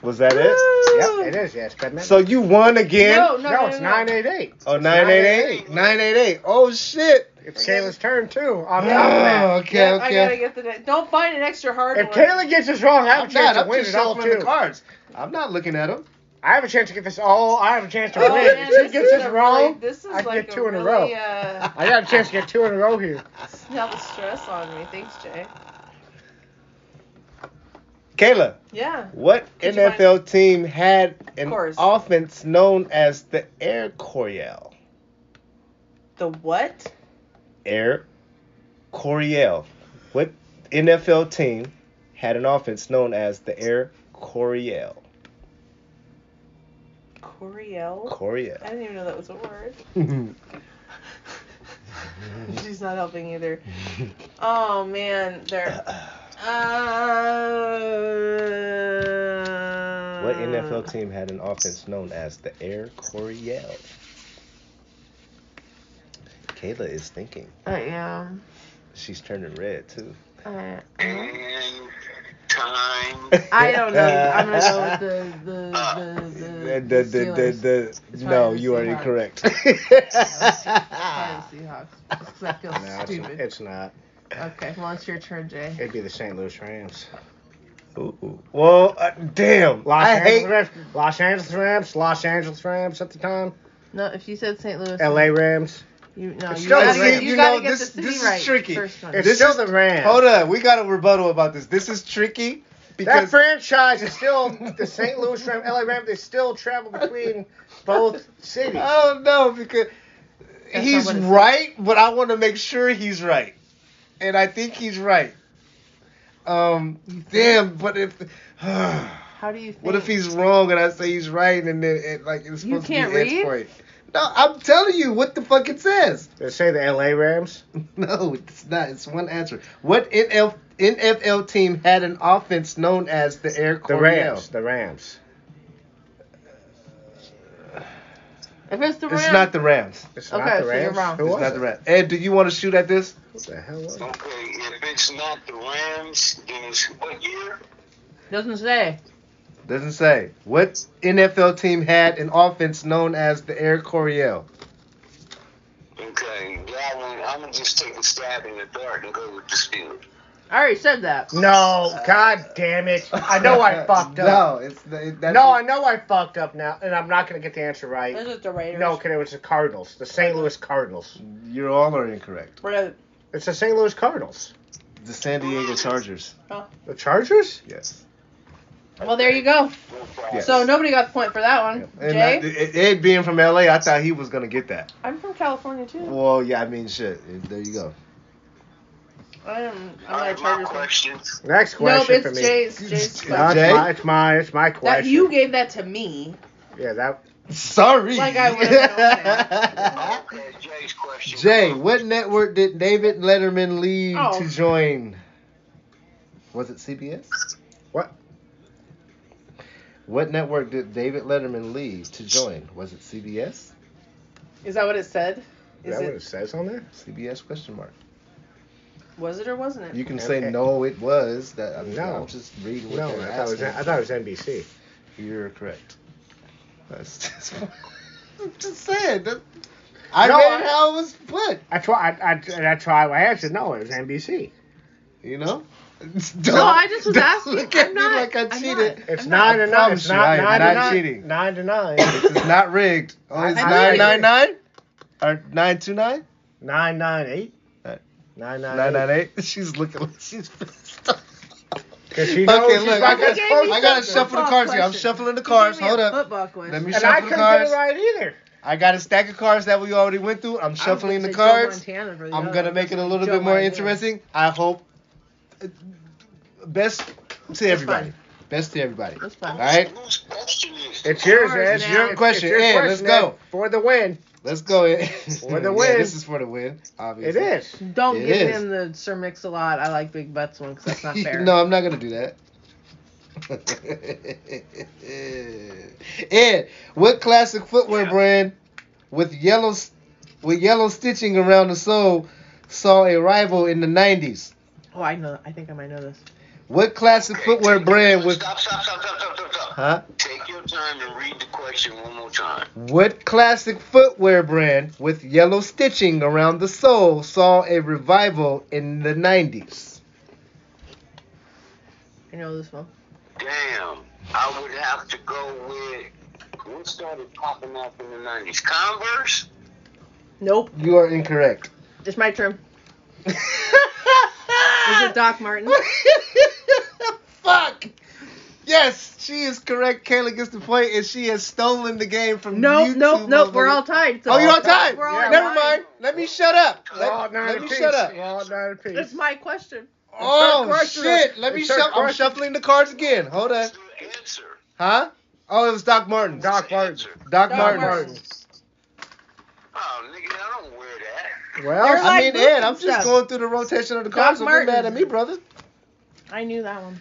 Speaker 2: Was that it?
Speaker 4: Yep, it is. Yes, Batman.
Speaker 2: So you won again.
Speaker 3: No, no,
Speaker 4: no,
Speaker 3: no, no,
Speaker 4: it's
Speaker 3: no.
Speaker 4: nine eight eight.
Speaker 2: Oh, 988. 988. Oh, shit.
Speaker 4: It's Kayla's turn too. On top of that.
Speaker 2: Oh, okay,
Speaker 3: Yep, I gotta
Speaker 2: okay.
Speaker 3: get the next. Don't find an extra hard
Speaker 4: If
Speaker 3: one.
Speaker 4: Kayla gets this wrong, I have
Speaker 2: I'm
Speaker 4: a chance
Speaker 2: not.
Speaker 4: to
Speaker 2: I'm
Speaker 4: win
Speaker 2: just
Speaker 4: it all
Speaker 2: shuffling the
Speaker 4: too.
Speaker 2: cards. I'm not looking at them.
Speaker 4: I have a chance to get this all. I have a chance to
Speaker 3: Oh,
Speaker 4: win.
Speaker 3: man,
Speaker 4: if she
Speaker 3: this
Speaker 4: gets
Speaker 3: is
Speaker 4: this
Speaker 3: a
Speaker 4: wrong,
Speaker 3: really- this is
Speaker 4: I
Speaker 3: like
Speaker 4: get
Speaker 3: a
Speaker 4: two in a
Speaker 3: really,
Speaker 4: row.
Speaker 3: Uh,
Speaker 4: I got a chance to get two in a row here.
Speaker 3: now the stress on me. Thanks, Jay.
Speaker 2: Kayla,
Speaker 3: Yeah.
Speaker 2: what
Speaker 3: Did you
Speaker 2: NFL team had an
Speaker 3: Course.
Speaker 2: offense known as the Air Coryell?
Speaker 3: The what?
Speaker 2: Air Coryell. What NFL team had an offense known as the Air Coryell?
Speaker 3: Coriel. I
Speaker 2: Coryell.
Speaker 3: didn't even know that was a word. She's not helping either. Oh man, they're. Uh,
Speaker 2: What NFL team had an offense known as the Air Coryell? Kayla is thinking.
Speaker 3: I am.
Speaker 2: She's turning red too.
Speaker 3: I,
Speaker 5: And time.
Speaker 3: I don't know. I'm gonna go with the the the the,
Speaker 2: The- the- the-
Speaker 3: Steelers.
Speaker 2: the-
Speaker 3: It's
Speaker 2: no,
Speaker 3: fine,
Speaker 2: you are
Speaker 3: it's
Speaker 2: incorrect.
Speaker 3: Probably the Seahawks. Because I feel
Speaker 4: No, it's,
Speaker 3: stupid.
Speaker 4: it's not.
Speaker 3: okay, well it's your turn, Jay.
Speaker 4: It'd be the St. Louis Rams.
Speaker 2: Ooh. well, uh, damn.
Speaker 4: Los
Speaker 2: I
Speaker 4: Angeles
Speaker 2: hate.
Speaker 4: Rams. Los Angeles Rams. Los Angeles Rams at the time.
Speaker 3: No, if you said St. Louis,
Speaker 4: L.A. Rams.
Speaker 3: You no,
Speaker 2: It's
Speaker 3: you
Speaker 2: still
Speaker 3: gotta,
Speaker 2: the
Speaker 3: get,
Speaker 2: same-
Speaker 3: you
Speaker 2: you
Speaker 3: gotta
Speaker 2: know,
Speaker 3: get
Speaker 2: this-
Speaker 3: the city
Speaker 2: this is
Speaker 3: right.
Speaker 2: tricky.
Speaker 3: First one.
Speaker 4: It's
Speaker 2: This
Speaker 4: still
Speaker 2: is-
Speaker 4: the Rams.
Speaker 2: Hold on, we got a rebuttal about this. This is tricky
Speaker 4: That
Speaker 2: because
Speaker 4: franchise is still the St. Louis Rams. L.A. Rams. They still travel between both cities.
Speaker 2: I don't know because
Speaker 3: That's not
Speaker 2: he's
Speaker 3: what it says.
Speaker 2: right, but I want to make sure he's right, and I think he's right. Um, damn, but if
Speaker 3: How do you think?
Speaker 6: What if he's wrong and I say he's right and then it, like it's supposed
Speaker 3: You can't
Speaker 6: to be Ed's
Speaker 3: read?
Speaker 6: point? No, I'm telling you what the fuck it says.
Speaker 7: They say the L.A. Rams.
Speaker 6: No, it's not. It's one answer. What NFL, NFL team had an offense known as the Air
Speaker 7: The
Speaker 6: Cornell?
Speaker 7: Rams. The Rams.
Speaker 3: If it's the
Speaker 6: It's
Speaker 3: Rams,
Speaker 6: not the Rams.
Speaker 7: It's
Speaker 3: Okay,
Speaker 7: not
Speaker 3: so
Speaker 7: the
Speaker 3: you're
Speaker 7: Rams.
Speaker 3: wrong.
Speaker 7: Who
Speaker 6: it's
Speaker 7: was
Speaker 6: not
Speaker 7: it?
Speaker 6: the Rams. Ed, do you want to shoot at this?
Speaker 7: What the hell was it?
Speaker 5: Okay, if it's not the Rams, then it's what year?
Speaker 3: doesn't say.
Speaker 6: Doesn't say. What NFL team had an offense known as the Air Coryell?
Speaker 5: Okay, that one, I'm gonna just take a stab in the dark and go with the Steelers.
Speaker 3: I already said that.
Speaker 4: No, god damn it. I know I fucked up.
Speaker 6: No, it's the,
Speaker 4: No,
Speaker 6: that's
Speaker 4: I know I fucked up now, and I'm not going to get the answer
Speaker 3: This
Speaker 4: right.
Speaker 3: is the Raiders.
Speaker 4: No, because it was the Cardinals, the St. Louis Cardinals.
Speaker 6: You're all are incorrect.
Speaker 3: We're-
Speaker 4: It's the St. Louis Cardinals.
Speaker 6: The San Diego Chargers.
Speaker 4: The Chargers?
Speaker 6: Yes.
Speaker 3: Well, there you go.
Speaker 5: No problem.
Speaker 6: Yeah.
Speaker 3: So nobody got the point for that one.
Speaker 6: And
Speaker 3: Jay,
Speaker 6: I- Ed being from LA, I thought he was gonna get that.
Speaker 3: I'm from California too.
Speaker 6: Well, yeah, I mean, shit. There you go.
Speaker 3: I am.
Speaker 5: All
Speaker 3: I'm not a
Speaker 5: right, my
Speaker 3: Chargers fan.
Speaker 5: question.
Speaker 4: Next
Speaker 3: Nope,
Speaker 4: question for
Speaker 3: it's
Speaker 4: me.
Speaker 3: Jay's. Jay's
Speaker 6: No,
Speaker 3: question.
Speaker 4: No, it's
Speaker 6: Jay?
Speaker 4: my, it's my, it's my question.
Speaker 3: That you gave that to me.
Speaker 4: Yeah, that.
Speaker 6: Sorry.
Speaker 3: Like I would've
Speaker 5: Okay, Jay's question.
Speaker 6: Jay, what network did David Letterman leave
Speaker 3: Oh.
Speaker 6: to join? Was it CBS?
Speaker 4: What?
Speaker 6: What network did David Letterman leave to join? Was it CBS?
Speaker 3: Is that what it said? Is
Speaker 4: Is that what
Speaker 3: it?
Speaker 4: it says on there?
Speaker 6: CBS question mark.
Speaker 3: Was it or wasn't it?
Speaker 6: You can say
Speaker 4: Okay.
Speaker 6: no, it was. That I'm,
Speaker 4: No.
Speaker 6: I'm just reading what
Speaker 4: No, I
Speaker 6: they're
Speaker 4: thought, it was,
Speaker 6: asking.
Speaker 4: I thought it was NBC.
Speaker 6: You're correct. That's just, I'm just saying. That, I
Speaker 4: No,
Speaker 6: read
Speaker 4: I-
Speaker 6: how it was put.
Speaker 4: That's why I, I, that's why I answered. No, it was NBC.
Speaker 6: You know.
Speaker 3: No, I just was asking.
Speaker 6: Look at
Speaker 3: I'm
Speaker 6: me
Speaker 3: not-
Speaker 6: like I
Speaker 3: I'm
Speaker 6: cheated.
Speaker 3: not.
Speaker 4: It's
Speaker 3: I'm
Speaker 4: nine
Speaker 6: I
Speaker 4: to nine.
Speaker 6: promise
Speaker 4: It's
Speaker 6: you,
Speaker 4: not
Speaker 6: I am
Speaker 4: nine to
Speaker 6: not
Speaker 4: nine.
Speaker 6: cheating.
Speaker 4: Nine to nine.
Speaker 6: This is not rigged. Oh, it's
Speaker 4: I-
Speaker 3: I
Speaker 6: nine
Speaker 3: know
Speaker 6: nine nine or nine two nine
Speaker 4: nine nine eight.
Speaker 6: Alright.
Speaker 4: Nine
Speaker 6: nine
Speaker 4: nine
Speaker 6: nine
Speaker 4: eight.
Speaker 6: eight. She's looking. like She's pissed off.
Speaker 4: Because she knows
Speaker 6: okay,
Speaker 4: she's
Speaker 6: look,
Speaker 4: not
Speaker 6: I
Speaker 4: gonna
Speaker 6: got,
Speaker 3: You gave me
Speaker 6: I got to
Speaker 3: some
Speaker 6: shuffle the
Speaker 3: softball
Speaker 6: cards here. I'm
Speaker 3: questions.
Speaker 6: shuffling the
Speaker 3: You gave
Speaker 6: cards.
Speaker 3: me a
Speaker 6: Hold up.
Speaker 3: Football question.
Speaker 6: Let me
Speaker 4: And I
Speaker 6: shuffle
Speaker 4: couldn't
Speaker 6: the
Speaker 4: get
Speaker 6: cards.
Speaker 4: it right either.
Speaker 6: I got a stack of cards that we already went through. I'm
Speaker 3: I was
Speaker 6: shuffling
Speaker 3: gonna
Speaker 6: the
Speaker 3: say Joe
Speaker 6: cards.
Speaker 3: Montana for the
Speaker 6: I'm
Speaker 3: other
Speaker 6: gonna
Speaker 3: one.
Speaker 6: make it a little
Speaker 3: Joe
Speaker 6: bit more
Speaker 3: Montana.
Speaker 6: interesting. I hope. Best to everybody. Best to everybody.
Speaker 3: That's
Speaker 5: Who's-
Speaker 3: fine.
Speaker 6: All right.
Speaker 5: Whose question is
Speaker 4: It's
Speaker 3: Yours
Speaker 4: yours, Ed.
Speaker 3: now. It's your
Speaker 6: question.
Speaker 4: your
Speaker 6: Ed, let's go.
Speaker 4: Ed, For the win.
Speaker 6: Let's go. In.
Speaker 4: For the
Speaker 6: Yeah,
Speaker 4: win.
Speaker 6: this is for the win.
Speaker 4: It
Speaker 6: Obviously.
Speaker 4: is.
Speaker 3: Don't
Speaker 6: It
Speaker 3: give
Speaker 6: is.
Speaker 3: him the Sir Mix a lot. I like Big Butts one because that's not fair.
Speaker 6: no, I'm not gonna do that. Ed, what classic footwear brand with yellow with yellow stitching around the sole saw a rival in the '90s?
Speaker 3: Oh, I know. I think I might know this.
Speaker 6: What classic
Speaker 5: Okay,
Speaker 6: footwear
Speaker 5: take your-
Speaker 6: brand with
Speaker 5: Stop, stop, stop, stop, stop, stop, stop.
Speaker 6: huh?
Speaker 5: Take your time and read the question one more time.
Speaker 6: What classic footwear brand with yellow stitching around the sole saw a revival in the '90s?
Speaker 3: I know this one.
Speaker 5: Damn, I would have to go with. What started popping up in the 90s? Converse?
Speaker 3: Nope.
Speaker 6: You are incorrect.
Speaker 3: It's my turn.
Speaker 6: Is
Speaker 3: Is it Doc Martin?
Speaker 6: Fuck. Yes, she is correct. Kayla gets the point, and she has stolen the game from
Speaker 3: No,
Speaker 6: you.
Speaker 3: nope,
Speaker 6: two
Speaker 3: nope. We're
Speaker 6: motherfuckers.
Speaker 3: all tied. so-
Speaker 6: oh, you're all tied.
Speaker 3: We're all
Speaker 4: Yeah.
Speaker 6: Never
Speaker 3: tied.
Speaker 6: mind. Let me shut up.
Speaker 5: We're
Speaker 6: Let,
Speaker 4: We're all nine
Speaker 6: let me
Speaker 4: apiece.
Speaker 6: shut up.
Speaker 4: We're all nine apiece.
Speaker 3: It's my question.
Speaker 6: Oh
Speaker 4: It's her question.
Speaker 6: shit! Let me
Speaker 4: It's her
Speaker 6: shuffle. I'm
Speaker 4: question.
Speaker 6: shuffling the cards again. Hold on.
Speaker 5: What's the answer?
Speaker 6: Huh? Oh, it was Doc Martin. Doc,
Speaker 4: Doc
Speaker 5: What's the answer?
Speaker 3: Doc
Speaker 6: Martin.
Speaker 3: Martin.
Speaker 5: Oh, nigga, I don't wear that.
Speaker 6: Well,
Speaker 3: They're
Speaker 6: Oh, I
Speaker 3: like
Speaker 6: mean,
Speaker 3: boots
Speaker 6: Ed,
Speaker 3: and
Speaker 6: I'm just
Speaker 3: stuff.
Speaker 6: going through the rotation of the cards.
Speaker 3: Doc
Speaker 6: Don't get mad
Speaker 3: Martin.
Speaker 6: at me, brother.
Speaker 3: I knew that one.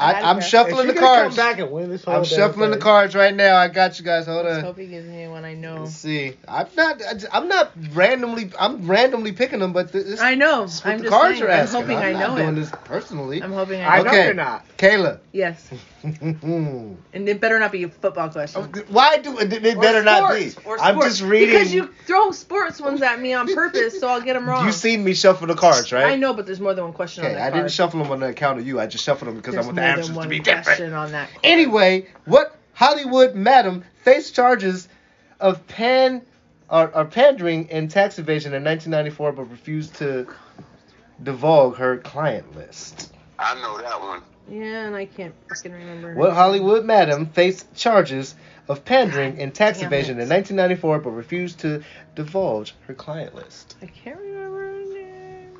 Speaker 6: I,
Speaker 3: Outta
Speaker 6: I'm
Speaker 3: here.
Speaker 4: Is
Speaker 6: shuffling
Speaker 4: she
Speaker 6: the
Speaker 4: gonna
Speaker 6: cards.
Speaker 4: Come back and win this whole
Speaker 6: I'm
Speaker 4: damn
Speaker 6: shuffling the
Speaker 4: thing?
Speaker 6: cards right now. I got you guys. Hold
Speaker 3: Let's
Speaker 6: on.
Speaker 3: hope he gives me one I know.
Speaker 6: Let's see. I'm not. I just- I'm not randomly. I'm randomly picking them, but th- this.
Speaker 3: I know.
Speaker 6: this is what
Speaker 3: I'm
Speaker 6: the
Speaker 3: just
Speaker 6: cards
Speaker 3: saying.
Speaker 6: are
Speaker 3: I'm
Speaker 6: asking.
Speaker 3: hoping I
Speaker 6: I'm
Speaker 3: know
Speaker 6: not doing
Speaker 3: it.
Speaker 6: this personally.
Speaker 3: I'm hoping
Speaker 4: I
Speaker 3: I know.
Speaker 4: know
Speaker 6: Okay.
Speaker 4: you're not.
Speaker 6: Kayla.
Speaker 3: Yes. And it better not be a football question.
Speaker 6: Why do it, it better not be?
Speaker 3: Oh. sports, or
Speaker 6: I'm
Speaker 3: sports.
Speaker 6: just reading.
Speaker 3: Because you throw sports ones at me on purpose, so I'll get them wrong.
Speaker 6: You seen me shuffle the cards, right?
Speaker 3: I know, but there's more than one question on
Speaker 6: Okay,
Speaker 3: that
Speaker 6: I didn't
Speaker 3: card.
Speaker 6: shuffle them on the account of you. I just shuffled them because I
Speaker 3: There's
Speaker 6: want the
Speaker 3: more
Speaker 6: answers
Speaker 3: than
Speaker 6: to
Speaker 3: one
Speaker 6: be
Speaker 3: question
Speaker 6: different.
Speaker 3: on that card.
Speaker 6: Anyway, what Hollywood madam faced charges of pan or, or pandering and tax evasion in 1994, but refused to divulge her client list.
Speaker 5: I know that one.
Speaker 3: Yeah, and I can't fucking remember.
Speaker 6: What Hollywood madam faced charges of pandering and tax
Speaker 3: Damn
Speaker 6: evasion
Speaker 3: it.
Speaker 6: in 1994, but refused to divulge her client list?
Speaker 3: I can't remember her name.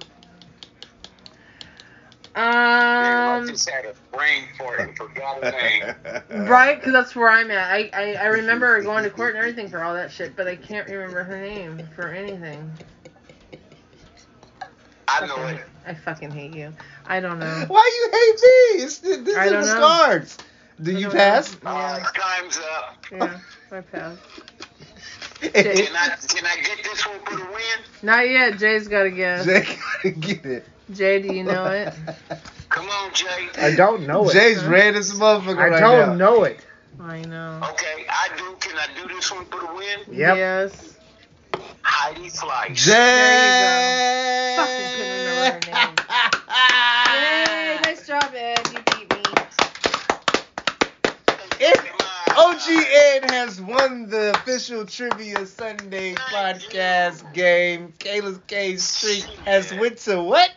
Speaker 5: Damn, I I
Speaker 3: Um,
Speaker 5: just had a brain fart and forgot her name.
Speaker 3: right, because that's where I'm at. I, I, I remember going to court and everything for all that shit, but I can't remember her name for anything.
Speaker 5: I know
Speaker 3: Fucking,
Speaker 5: it.
Speaker 3: I fucking hate you. I don't know.
Speaker 2: Why you hate me? It's, this
Speaker 3: I
Speaker 2: is
Speaker 3: don't
Speaker 2: the
Speaker 3: know.
Speaker 2: scars. Do you pass?
Speaker 5: Uh,
Speaker 3: Yeah,
Speaker 5: time's up.
Speaker 3: yeah, I pass.
Speaker 5: Can I can I get this one for the win?
Speaker 3: Not yet. Jay's got to guess.
Speaker 2: Jay gotta get it.
Speaker 3: Jay, do you know it?
Speaker 5: Come on, Jay.
Speaker 2: I
Speaker 4: don't know it.
Speaker 2: Jay's red as a motherfucker
Speaker 4: I
Speaker 2: right
Speaker 4: don't
Speaker 2: now.
Speaker 4: know it.
Speaker 3: I know.
Speaker 5: Okay, I do. Can I do this one for the win?
Speaker 4: Yep.
Speaker 3: Yes.
Speaker 5: Heidi Fleiss.
Speaker 2: Jay.
Speaker 3: There Fucking couldn't remember her name. Yay, nice job, Ed. You beat me.
Speaker 2: If OGN has won the official Trivia Sunday podcast game. Kayla's K Streak has went to what?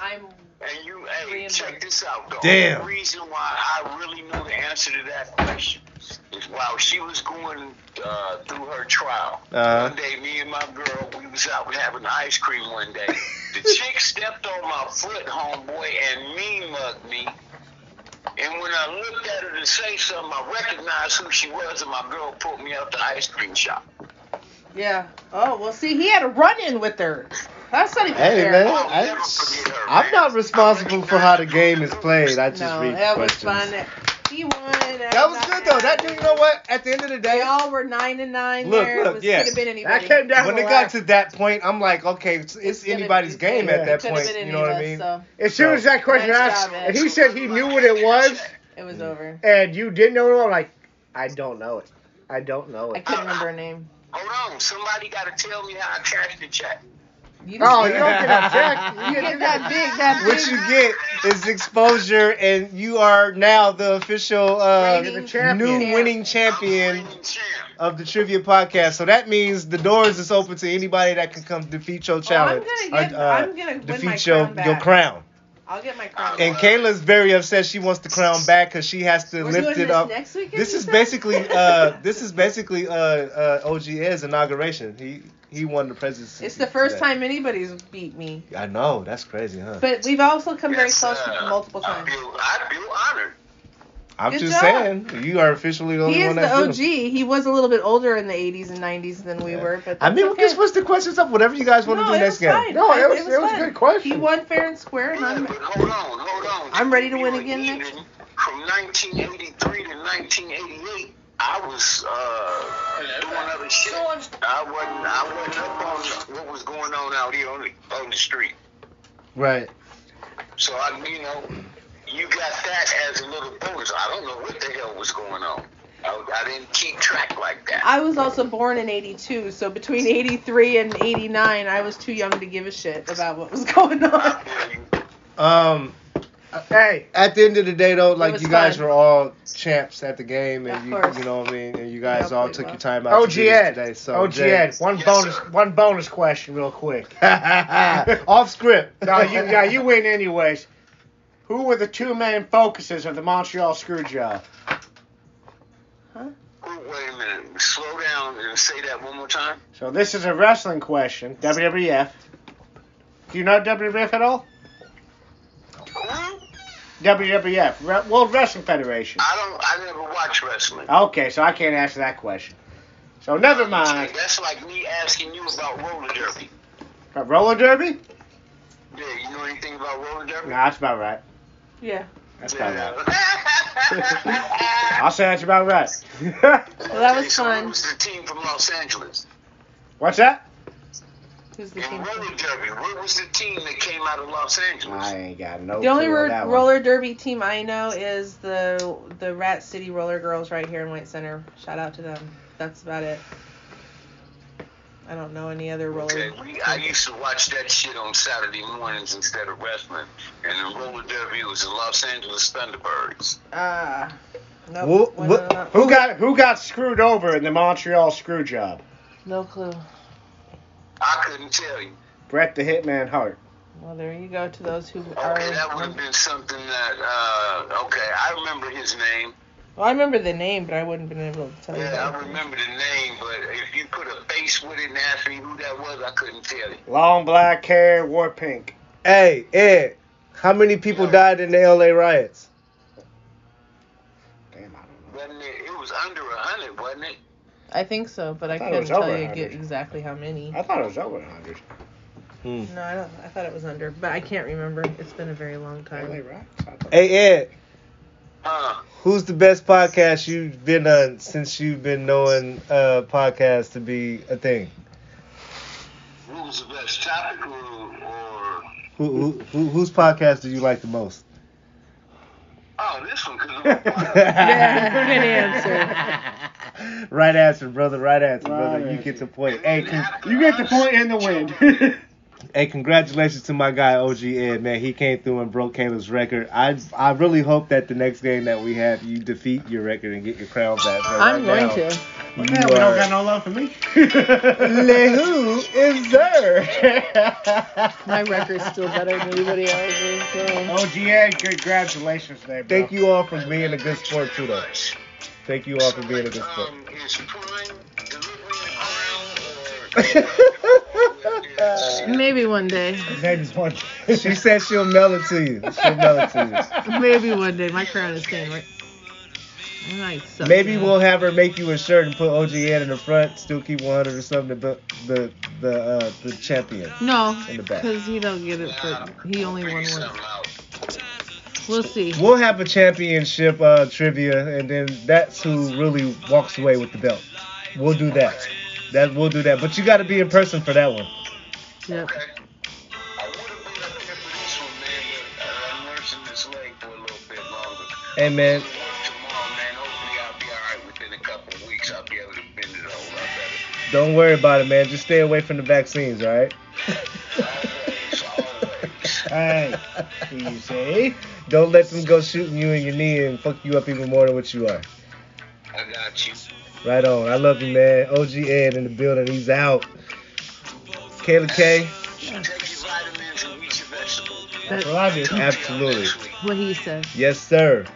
Speaker 3: I'm.
Speaker 5: And you, hey,
Speaker 3: Random.
Speaker 5: check this out. The
Speaker 2: Damn.
Speaker 5: only reason why I really knew the answer to that question is while she was going uh, through her trial,
Speaker 2: Uh-huh.
Speaker 5: one day me and my girl, we was out having ice cream one day. the chick stepped on my foot, homeboy, and mean mugged me. And when I looked at her to say something, I recognized who she was, and my girl pulled me out the ice cream shop.
Speaker 3: Yeah. Oh well, see, he had a run-in with her. That's not even
Speaker 2: Hey,
Speaker 3: fair.
Speaker 2: man.
Speaker 5: I'll
Speaker 2: I-
Speaker 5: never forget her.
Speaker 2: I'm
Speaker 5: man.
Speaker 2: not responsible for how the game is played. I just
Speaker 3: no,
Speaker 2: read
Speaker 3: that
Speaker 2: questions.
Speaker 3: was fun. He won.
Speaker 2: That was good though. That you know what? At the end of the
Speaker 3: They
Speaker 2: day,
Speaker 3: all were nine and nine.
Speaker 2: Look,
Speaker 3: there.
Speaker 2: look,
Speaker 3: it was,
Speaker 2: yes.
Speaker 3: Could have been
Speaker 4: That
Speaker 3: anybody.
Speaker 4: came down
Speaker 2: when
Speaker 4: the
Speaker 2: it got
Speaker 4: last-
Speaker 2: to that point, I'm like, okay, it's, it's
Speaker 3: gonna
Speaker 2: anybody's
Speaker 3: be-
Speaker 2: game
Speaker 4: yeah.
Speaker 2: at that
Speaker 3: Could have
Speaker 2: point.
Speaker 3: been any
Speaker 2: You know what
Speaker 3: of
Speaker 2: I
Speaker 3: us,
Speaker 2: mean?
Speaker 3: so
Speaker 4: As soon as that question
Speaker 3: Nice
Speaker 4: asked,
Speaker 3: job, Ed.
Speaker 4: and he said he knew what it was,
Speaker 3: it was over.
Speaker 4: and you didn't know it, I'm like, I don't know it. I don't know
Speaker 3: I
Speaker 4: it.
Speaker 3: couldn't remember her name.
Speaker 5: Hold on, somebody got to tell me how I cashed the check.
Speaker 3: You
Speaker 4: Oh, you
Speaker 3: didn't-
Speaker 4: don't get a check.
Speaker 2: You
Speaker 4: You
Speaker 3: get
Speaker 4: get
Speaker 3: that big, that
Speaker 2: What
Speaker 3: big
Speaker 2: you get is exposure, and you are now the official uh,
Speaker 3: Reigning
Speaker 2: new
Speaker 4: champion.
Speaker 2: winning
Speaker 5: I'm
Speaker 2: champion
Speaker 5: the reigning champ.
Speaker 2: of the trivia podcast. So that means the doors is open to anybody that can come defeat your
Speaker 3: Oh, I'm
Speaker 2: challenge.
Speaker 3: gonna
Speaker 2: uh,
Speaker 3: get.
Speaker 2: uh,
Speaker 3: I'm gonna win my
Speaker 2: defeat
Speaker 3: crown
Speaker 2: your,
Speaker 3: back.
Speaker 2: your crown.
Speaker 3: I'll get my crown.
Speaker 2: And
Speaker 3: back.
Speaker 2: Kayla's very upset. She wants the crown back because she has to
Speaker 3: We're doing
Speaker 2: lift
Speaker 3: this
Speaker 2: it up.
Speaker 3: next weekend,
Speaker 2: This
Speaker 3: you
Speaker 2: is
Speaker 3: said?
Speaker 2: basically uh, this is basically uh, uh, OG's inauguration. He he won the presidency.
Speaker 3: It's the first
Speaker 2: today.
Speaker 3: time anybody's beat me.
Speaker 2: I know that's crazy, huh?
Speaker 3: But we've also come very
Speaker 5: Yes,
Speaker 3: close
Speaker 5: uh,
Speaker 3: multiple
Speaker 5: I
Speaker 3: times.
Speaker 5: feel, I feel honored.
Speaker 2: I'm
Speaker 3: Good
Speaker 2: just
Speaker 3: job.
Speaker 2: saying you are officially the only
Speaker 3: He is
Speaker 2: one
Speaker 3: the
Speaker 2: that
Speaker 3: OG.
Speaker 2: did it.
Speaker 3: He was a little bit older in the 80s and 90s than we
Speaker 2: Yeah.
Speaker 3: were, but
Speaker 2: I mean, we can
Speaker 3: that's okay.
Speaker 2: switch the questions up. Whatever you guys want to
Speaker 3: No,
Speaker 2: do
Speaker 3: it
Speaker 2: next
Speaker 3: was
Speaker 2: game.
Speaker 3: fine.
Speaker 4: No,
Speaker 3: I-
Speaker 4: it was- it was a
Speaker 3: fun.
Speaker 4: good question.
Speaker 3: He won fair and square, and
Speaker 5: Yeah,
Speaker 3: I'm
Speaker 5: but hold on, hold on.
Speaker 3: I'm ready to
Speaker 5: We
Speaker 3: win
Speaker 5: were
Speaker 3: again
Speaker 5: even
Speaker 3: next-
Speaker 5: From 1983 to 1988, I was uh, doing other shit. I wasn't, I wasn't up on what was going on out here on the, on the street.
Speaker 2: Right.
Speaker 5: So, I, you know, you got that as a little bonus. I don't know what the hell was going on. I, I didn't keep track like that.
Speaker 3: I was also born in 82, so between 83 and 89, I was too young to give a shit about what was going on.
Speaker 5: I feel you.
Speaker 2: Um.
Speaker 4: Hey,
Speaker 2: At the end of the day, though, like
Speaker 3: was
Speaker 2: you guys
Speaker 3: fun.
Speaker 2: were all champs at the game,
Speaker 3: Of
Speaker 2: and you,
Speaker 3: course.
Speaker 2: you know what I mean, and you guys
Speaker 3: Yeah,
Speaker 2: all
Speaker 3: we
Speaker 2: took
Speaker 3: were.
Speaker 2: your time out to do this
Speaker 4: OGN.
Speaker 2: today. So Jay-
Speaker 4: OGN. One
Speaker 5: Yes,
Speaker 4: bonus.
Speaker 5: sir.
Speaker 4: One bonus question, real quick.
Speaker 2: Off script.
Speaker 4: No, you, yeah, you win anyways. Who were the two main focuses of the Montreal screw job?
Speaker 5: Wait a minute. Slow down and say that one more time.
Speaker 4: So this is a wrestling question. WWF. Do you know WWF at all?
Speaker 5: Who?
Speaker 4: WWF, Re- World Wrestling Federation.
Speaker 5: I don't. I never watch wrestling.
Speaker 4: Okay, so I can't answer that question. So Oh, never mind.
Speaker 5: That's like me asking you about roller derby.
Speaker 4: Uh, Roller derby?
Speaker 5: Yeah, you know anything about roller derby?
Speaker 4: No, that's about right.
Speaker 3: Yeah.
Speaker 4: That's about
Speaker 5: Yeah.
Speaker 4: right. I'll say that's about right.
Speaker 3: Well, that
Speaker 5: Okay,
Speaker 3: was
Speaker 5: so
Speaker 3: fun.
Speaker 5: Who's the team from Los Angeles?
Speaker 4: What's that?
Speaker 3: Who's the
Speaker 5: In
Speaker 3: team?
Speaker 2: Oh,
Speaker 5: roller derby, what was the team that came out of Los
Speaker 4: I
Speaker 5: Angeles?
Speaker 4: ain't got no.
Speaker 3: The only
Speaker 4: clue on
Speaker 3: ro-
Speaker 4: that one.
Speaker 3: roller derby team I know is the the Rat City Roller Girls right here in White Center. Shout out to them. That's about it. I don't know any other roller.
Speaker 5: Okay, we, I used to watch that shit on Saturday mornings instead of wrestling. And the roller derby was the Los Angeles Thunderbirds.
Speaker 3: Ah. Nope,
Speaker 2: Wha-
Speaker 3: wasn't
Speaker 2: what-
Speaker 3: on that.
Speaker 4: Who got who got screwed over in the Montreal screw job?
Speaker 3: No clue.
Speaker 5: I couldn't tell you.
Speaker 4: Brett the Hitman Hart.
Speaker 3: Well, there you go to those who are.
Speaker 5: Okay, that would have been something that. Uh, okay, I remember his name.
Speaker 3: Well, I remember the name, but I wouldn't have been able to tell you.
Speaker 5: Yeah, I
Speaker 3: that.
Speaker 5: remember the name, but if you put a face with it and asked me who that was, I couldn't tell you.
Speaker 4: Long black hair, wore pink.
Speaker 2: Hey, Ed. How many people died in the LA riots?
Speaker 4: Damn, I don't know.
Speaker 5: Wasn't it, it was under a hundred, wasn't it?
Speaker 3: I think so, but I,
Speaker 4: I thought it
Speaker 3: couldn't
Speaker 4: was
Speaker 3: tell
Speaker 4: over
Speaker 3: you
Speaker 4: 100.
Speaker 3: get exactly how many.
Speaker 4: I thought it was over 100.
Speaker 2: Hmm.
Speaker 3: No, I don't. I thought it was under, but I can't remember. It's been a very long time.
Speaker 4: LA Rocks? I thought-
Speaker 2: Hey Ed,
Speaker 5: Huh?
Speaker 2: who's the best podcast you've been on since you've been knowing uh podcasts to be a thing?
Speaker 5: What was the best topic or, or
Speaker 2: Who, who, who whose podcast do you like the most?
Speaker 5: oh this one? Cause it was-
Speaker 3: Yeah, good answer.
Speaker 2: Right answer, brother. Right answer, brother.
Speaker 4: Right
Speaker 2: You get the point. Hey, con-
Speaker 5: After
Speaker 4: You get the
Speaker 5: us,
Speaker 4: point and the win.
Speaker 2: hey, congratulations to my guy OG Ed, man. He came through and broke Caleb's record. I I really hope that the next game that we have, you defeat your record and get your crown back. but
Speaker 3: I'm
Speaker 2: right
Speaker 3: going
Speaker 2: now,
Speaker 3: to.
Speaker 4: Well,
Speaker 2: you
Speaker 4: yeah, we don't
Speaker 2: are-
Speaker 4: got no love for me.
Speaker 2: Le who is there?
Speaker 3: My record's still better than anybody else's. So.
Speaker 4: OGA, Oh, congratulations, there, bro.
Speaker 2: Thank you all for being a good sport too, though. Thank you all for being a good sport.
Speaker 5: Um, is prime delivery
Speaker 2: Uh,
Speaker 3: Maybe one day.
Speaker 4: Maybe one.
Speaker 2: she said she'll mail it to you. She'll mail it to
Speaker 3: Maybe one day. My crown is staying right. Nice.
Speaker 2: you.
Speaker 3: so-
Speaker 2: Maybe we'll have her make you a shirt and put OGN in the front, still keep 100 or something, but the the uh, the champion.
Speaker 3: No,
Speaker 2: in the back.
Speaker 3: because he don't get it for he only won one. We'll see.
Speaker 2: We'll have a championship uh, trivia, and then that's who really walks away with the belt. We'll do that. That we'll do that. But you got to be in person for that one.
Speaker 3: Yep.
Speaker 2: Hey man, don't worry about it, man. Just stay away from the vaccines, all right?
Speaker 4: Hey, you see?
Speaker 2: Don't let them go shooting you in your knee and fuck you up even more than what you are.
Speaker 5: I got you.
Speaker 2: Right on. I love you, man. OG Ed in the building. He's out. Kayla K.
Speaker 5: Take your vitamins and eat your vegetables.
Speaker 3: That's
Speaker 4: Well, I do.
Speaker 2: Absolutely.
Speaker 3: what he said.
Speaker 2: Yes, sir.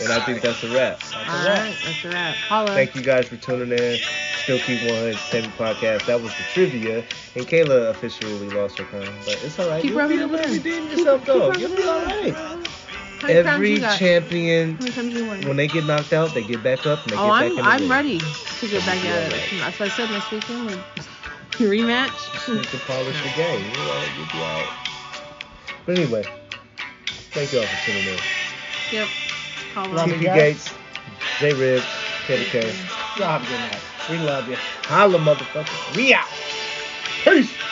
Speaker 2: And I think that's a wrap.
Speaker 3: All right, that's a wrap. Holla.
Speaker 2: Thank you guys for tuning in. Still Keep 100 Saving Podcast. That was the trivia. And Kayla officially lost her crown, but it's all right.
Speaker 3: Keep
Speaker 2: You'll
Speaker 3: rubbing
Speaker 2: be able
Speaker 3: it
Speaker 2: to
Speaker 3: in.
Speaker 2: redeem yourself, though.
Speaker 3: Keep
Speaker 2: You'll
Speaker 3: rubbing
Speaker 2: be
Speaker 3: it
Speaker 2: all
Speaker 3: in.
Speaker 2: right.
Speaker 3: How many crowns
Speaker 2: Every
Speaker 3: you got?
Speaker 2: champion,
Speaker 3: How many times you won?
Speaker 2: when they get knocked out, they get back up and they
Speaker 3: oh,
Speaker 2: get back in
Speaker 3: I'm
Speaker 2: the
Speaker 3: I'm
Speaker 2: ring.
Speaker 3: ready to get back at it. That's what I said next weekend. we
Speaker 2: You
Speaker 3: rematch.
Speaker 2: can polish the game. You know, you'll be all right. But anyway, thank you all for tuning in.
Speaker 3: yep. Holla.
Speaker 4: Love you
Speaker 2: TP
Speaker 4: guys.
Speaker 2: Gates, J Rib, Petty K.
Speaker 4: Y'all have a good night. We love you.
Speaker 2: Holla, motherfucker.
Speaker 4: We out. Peace.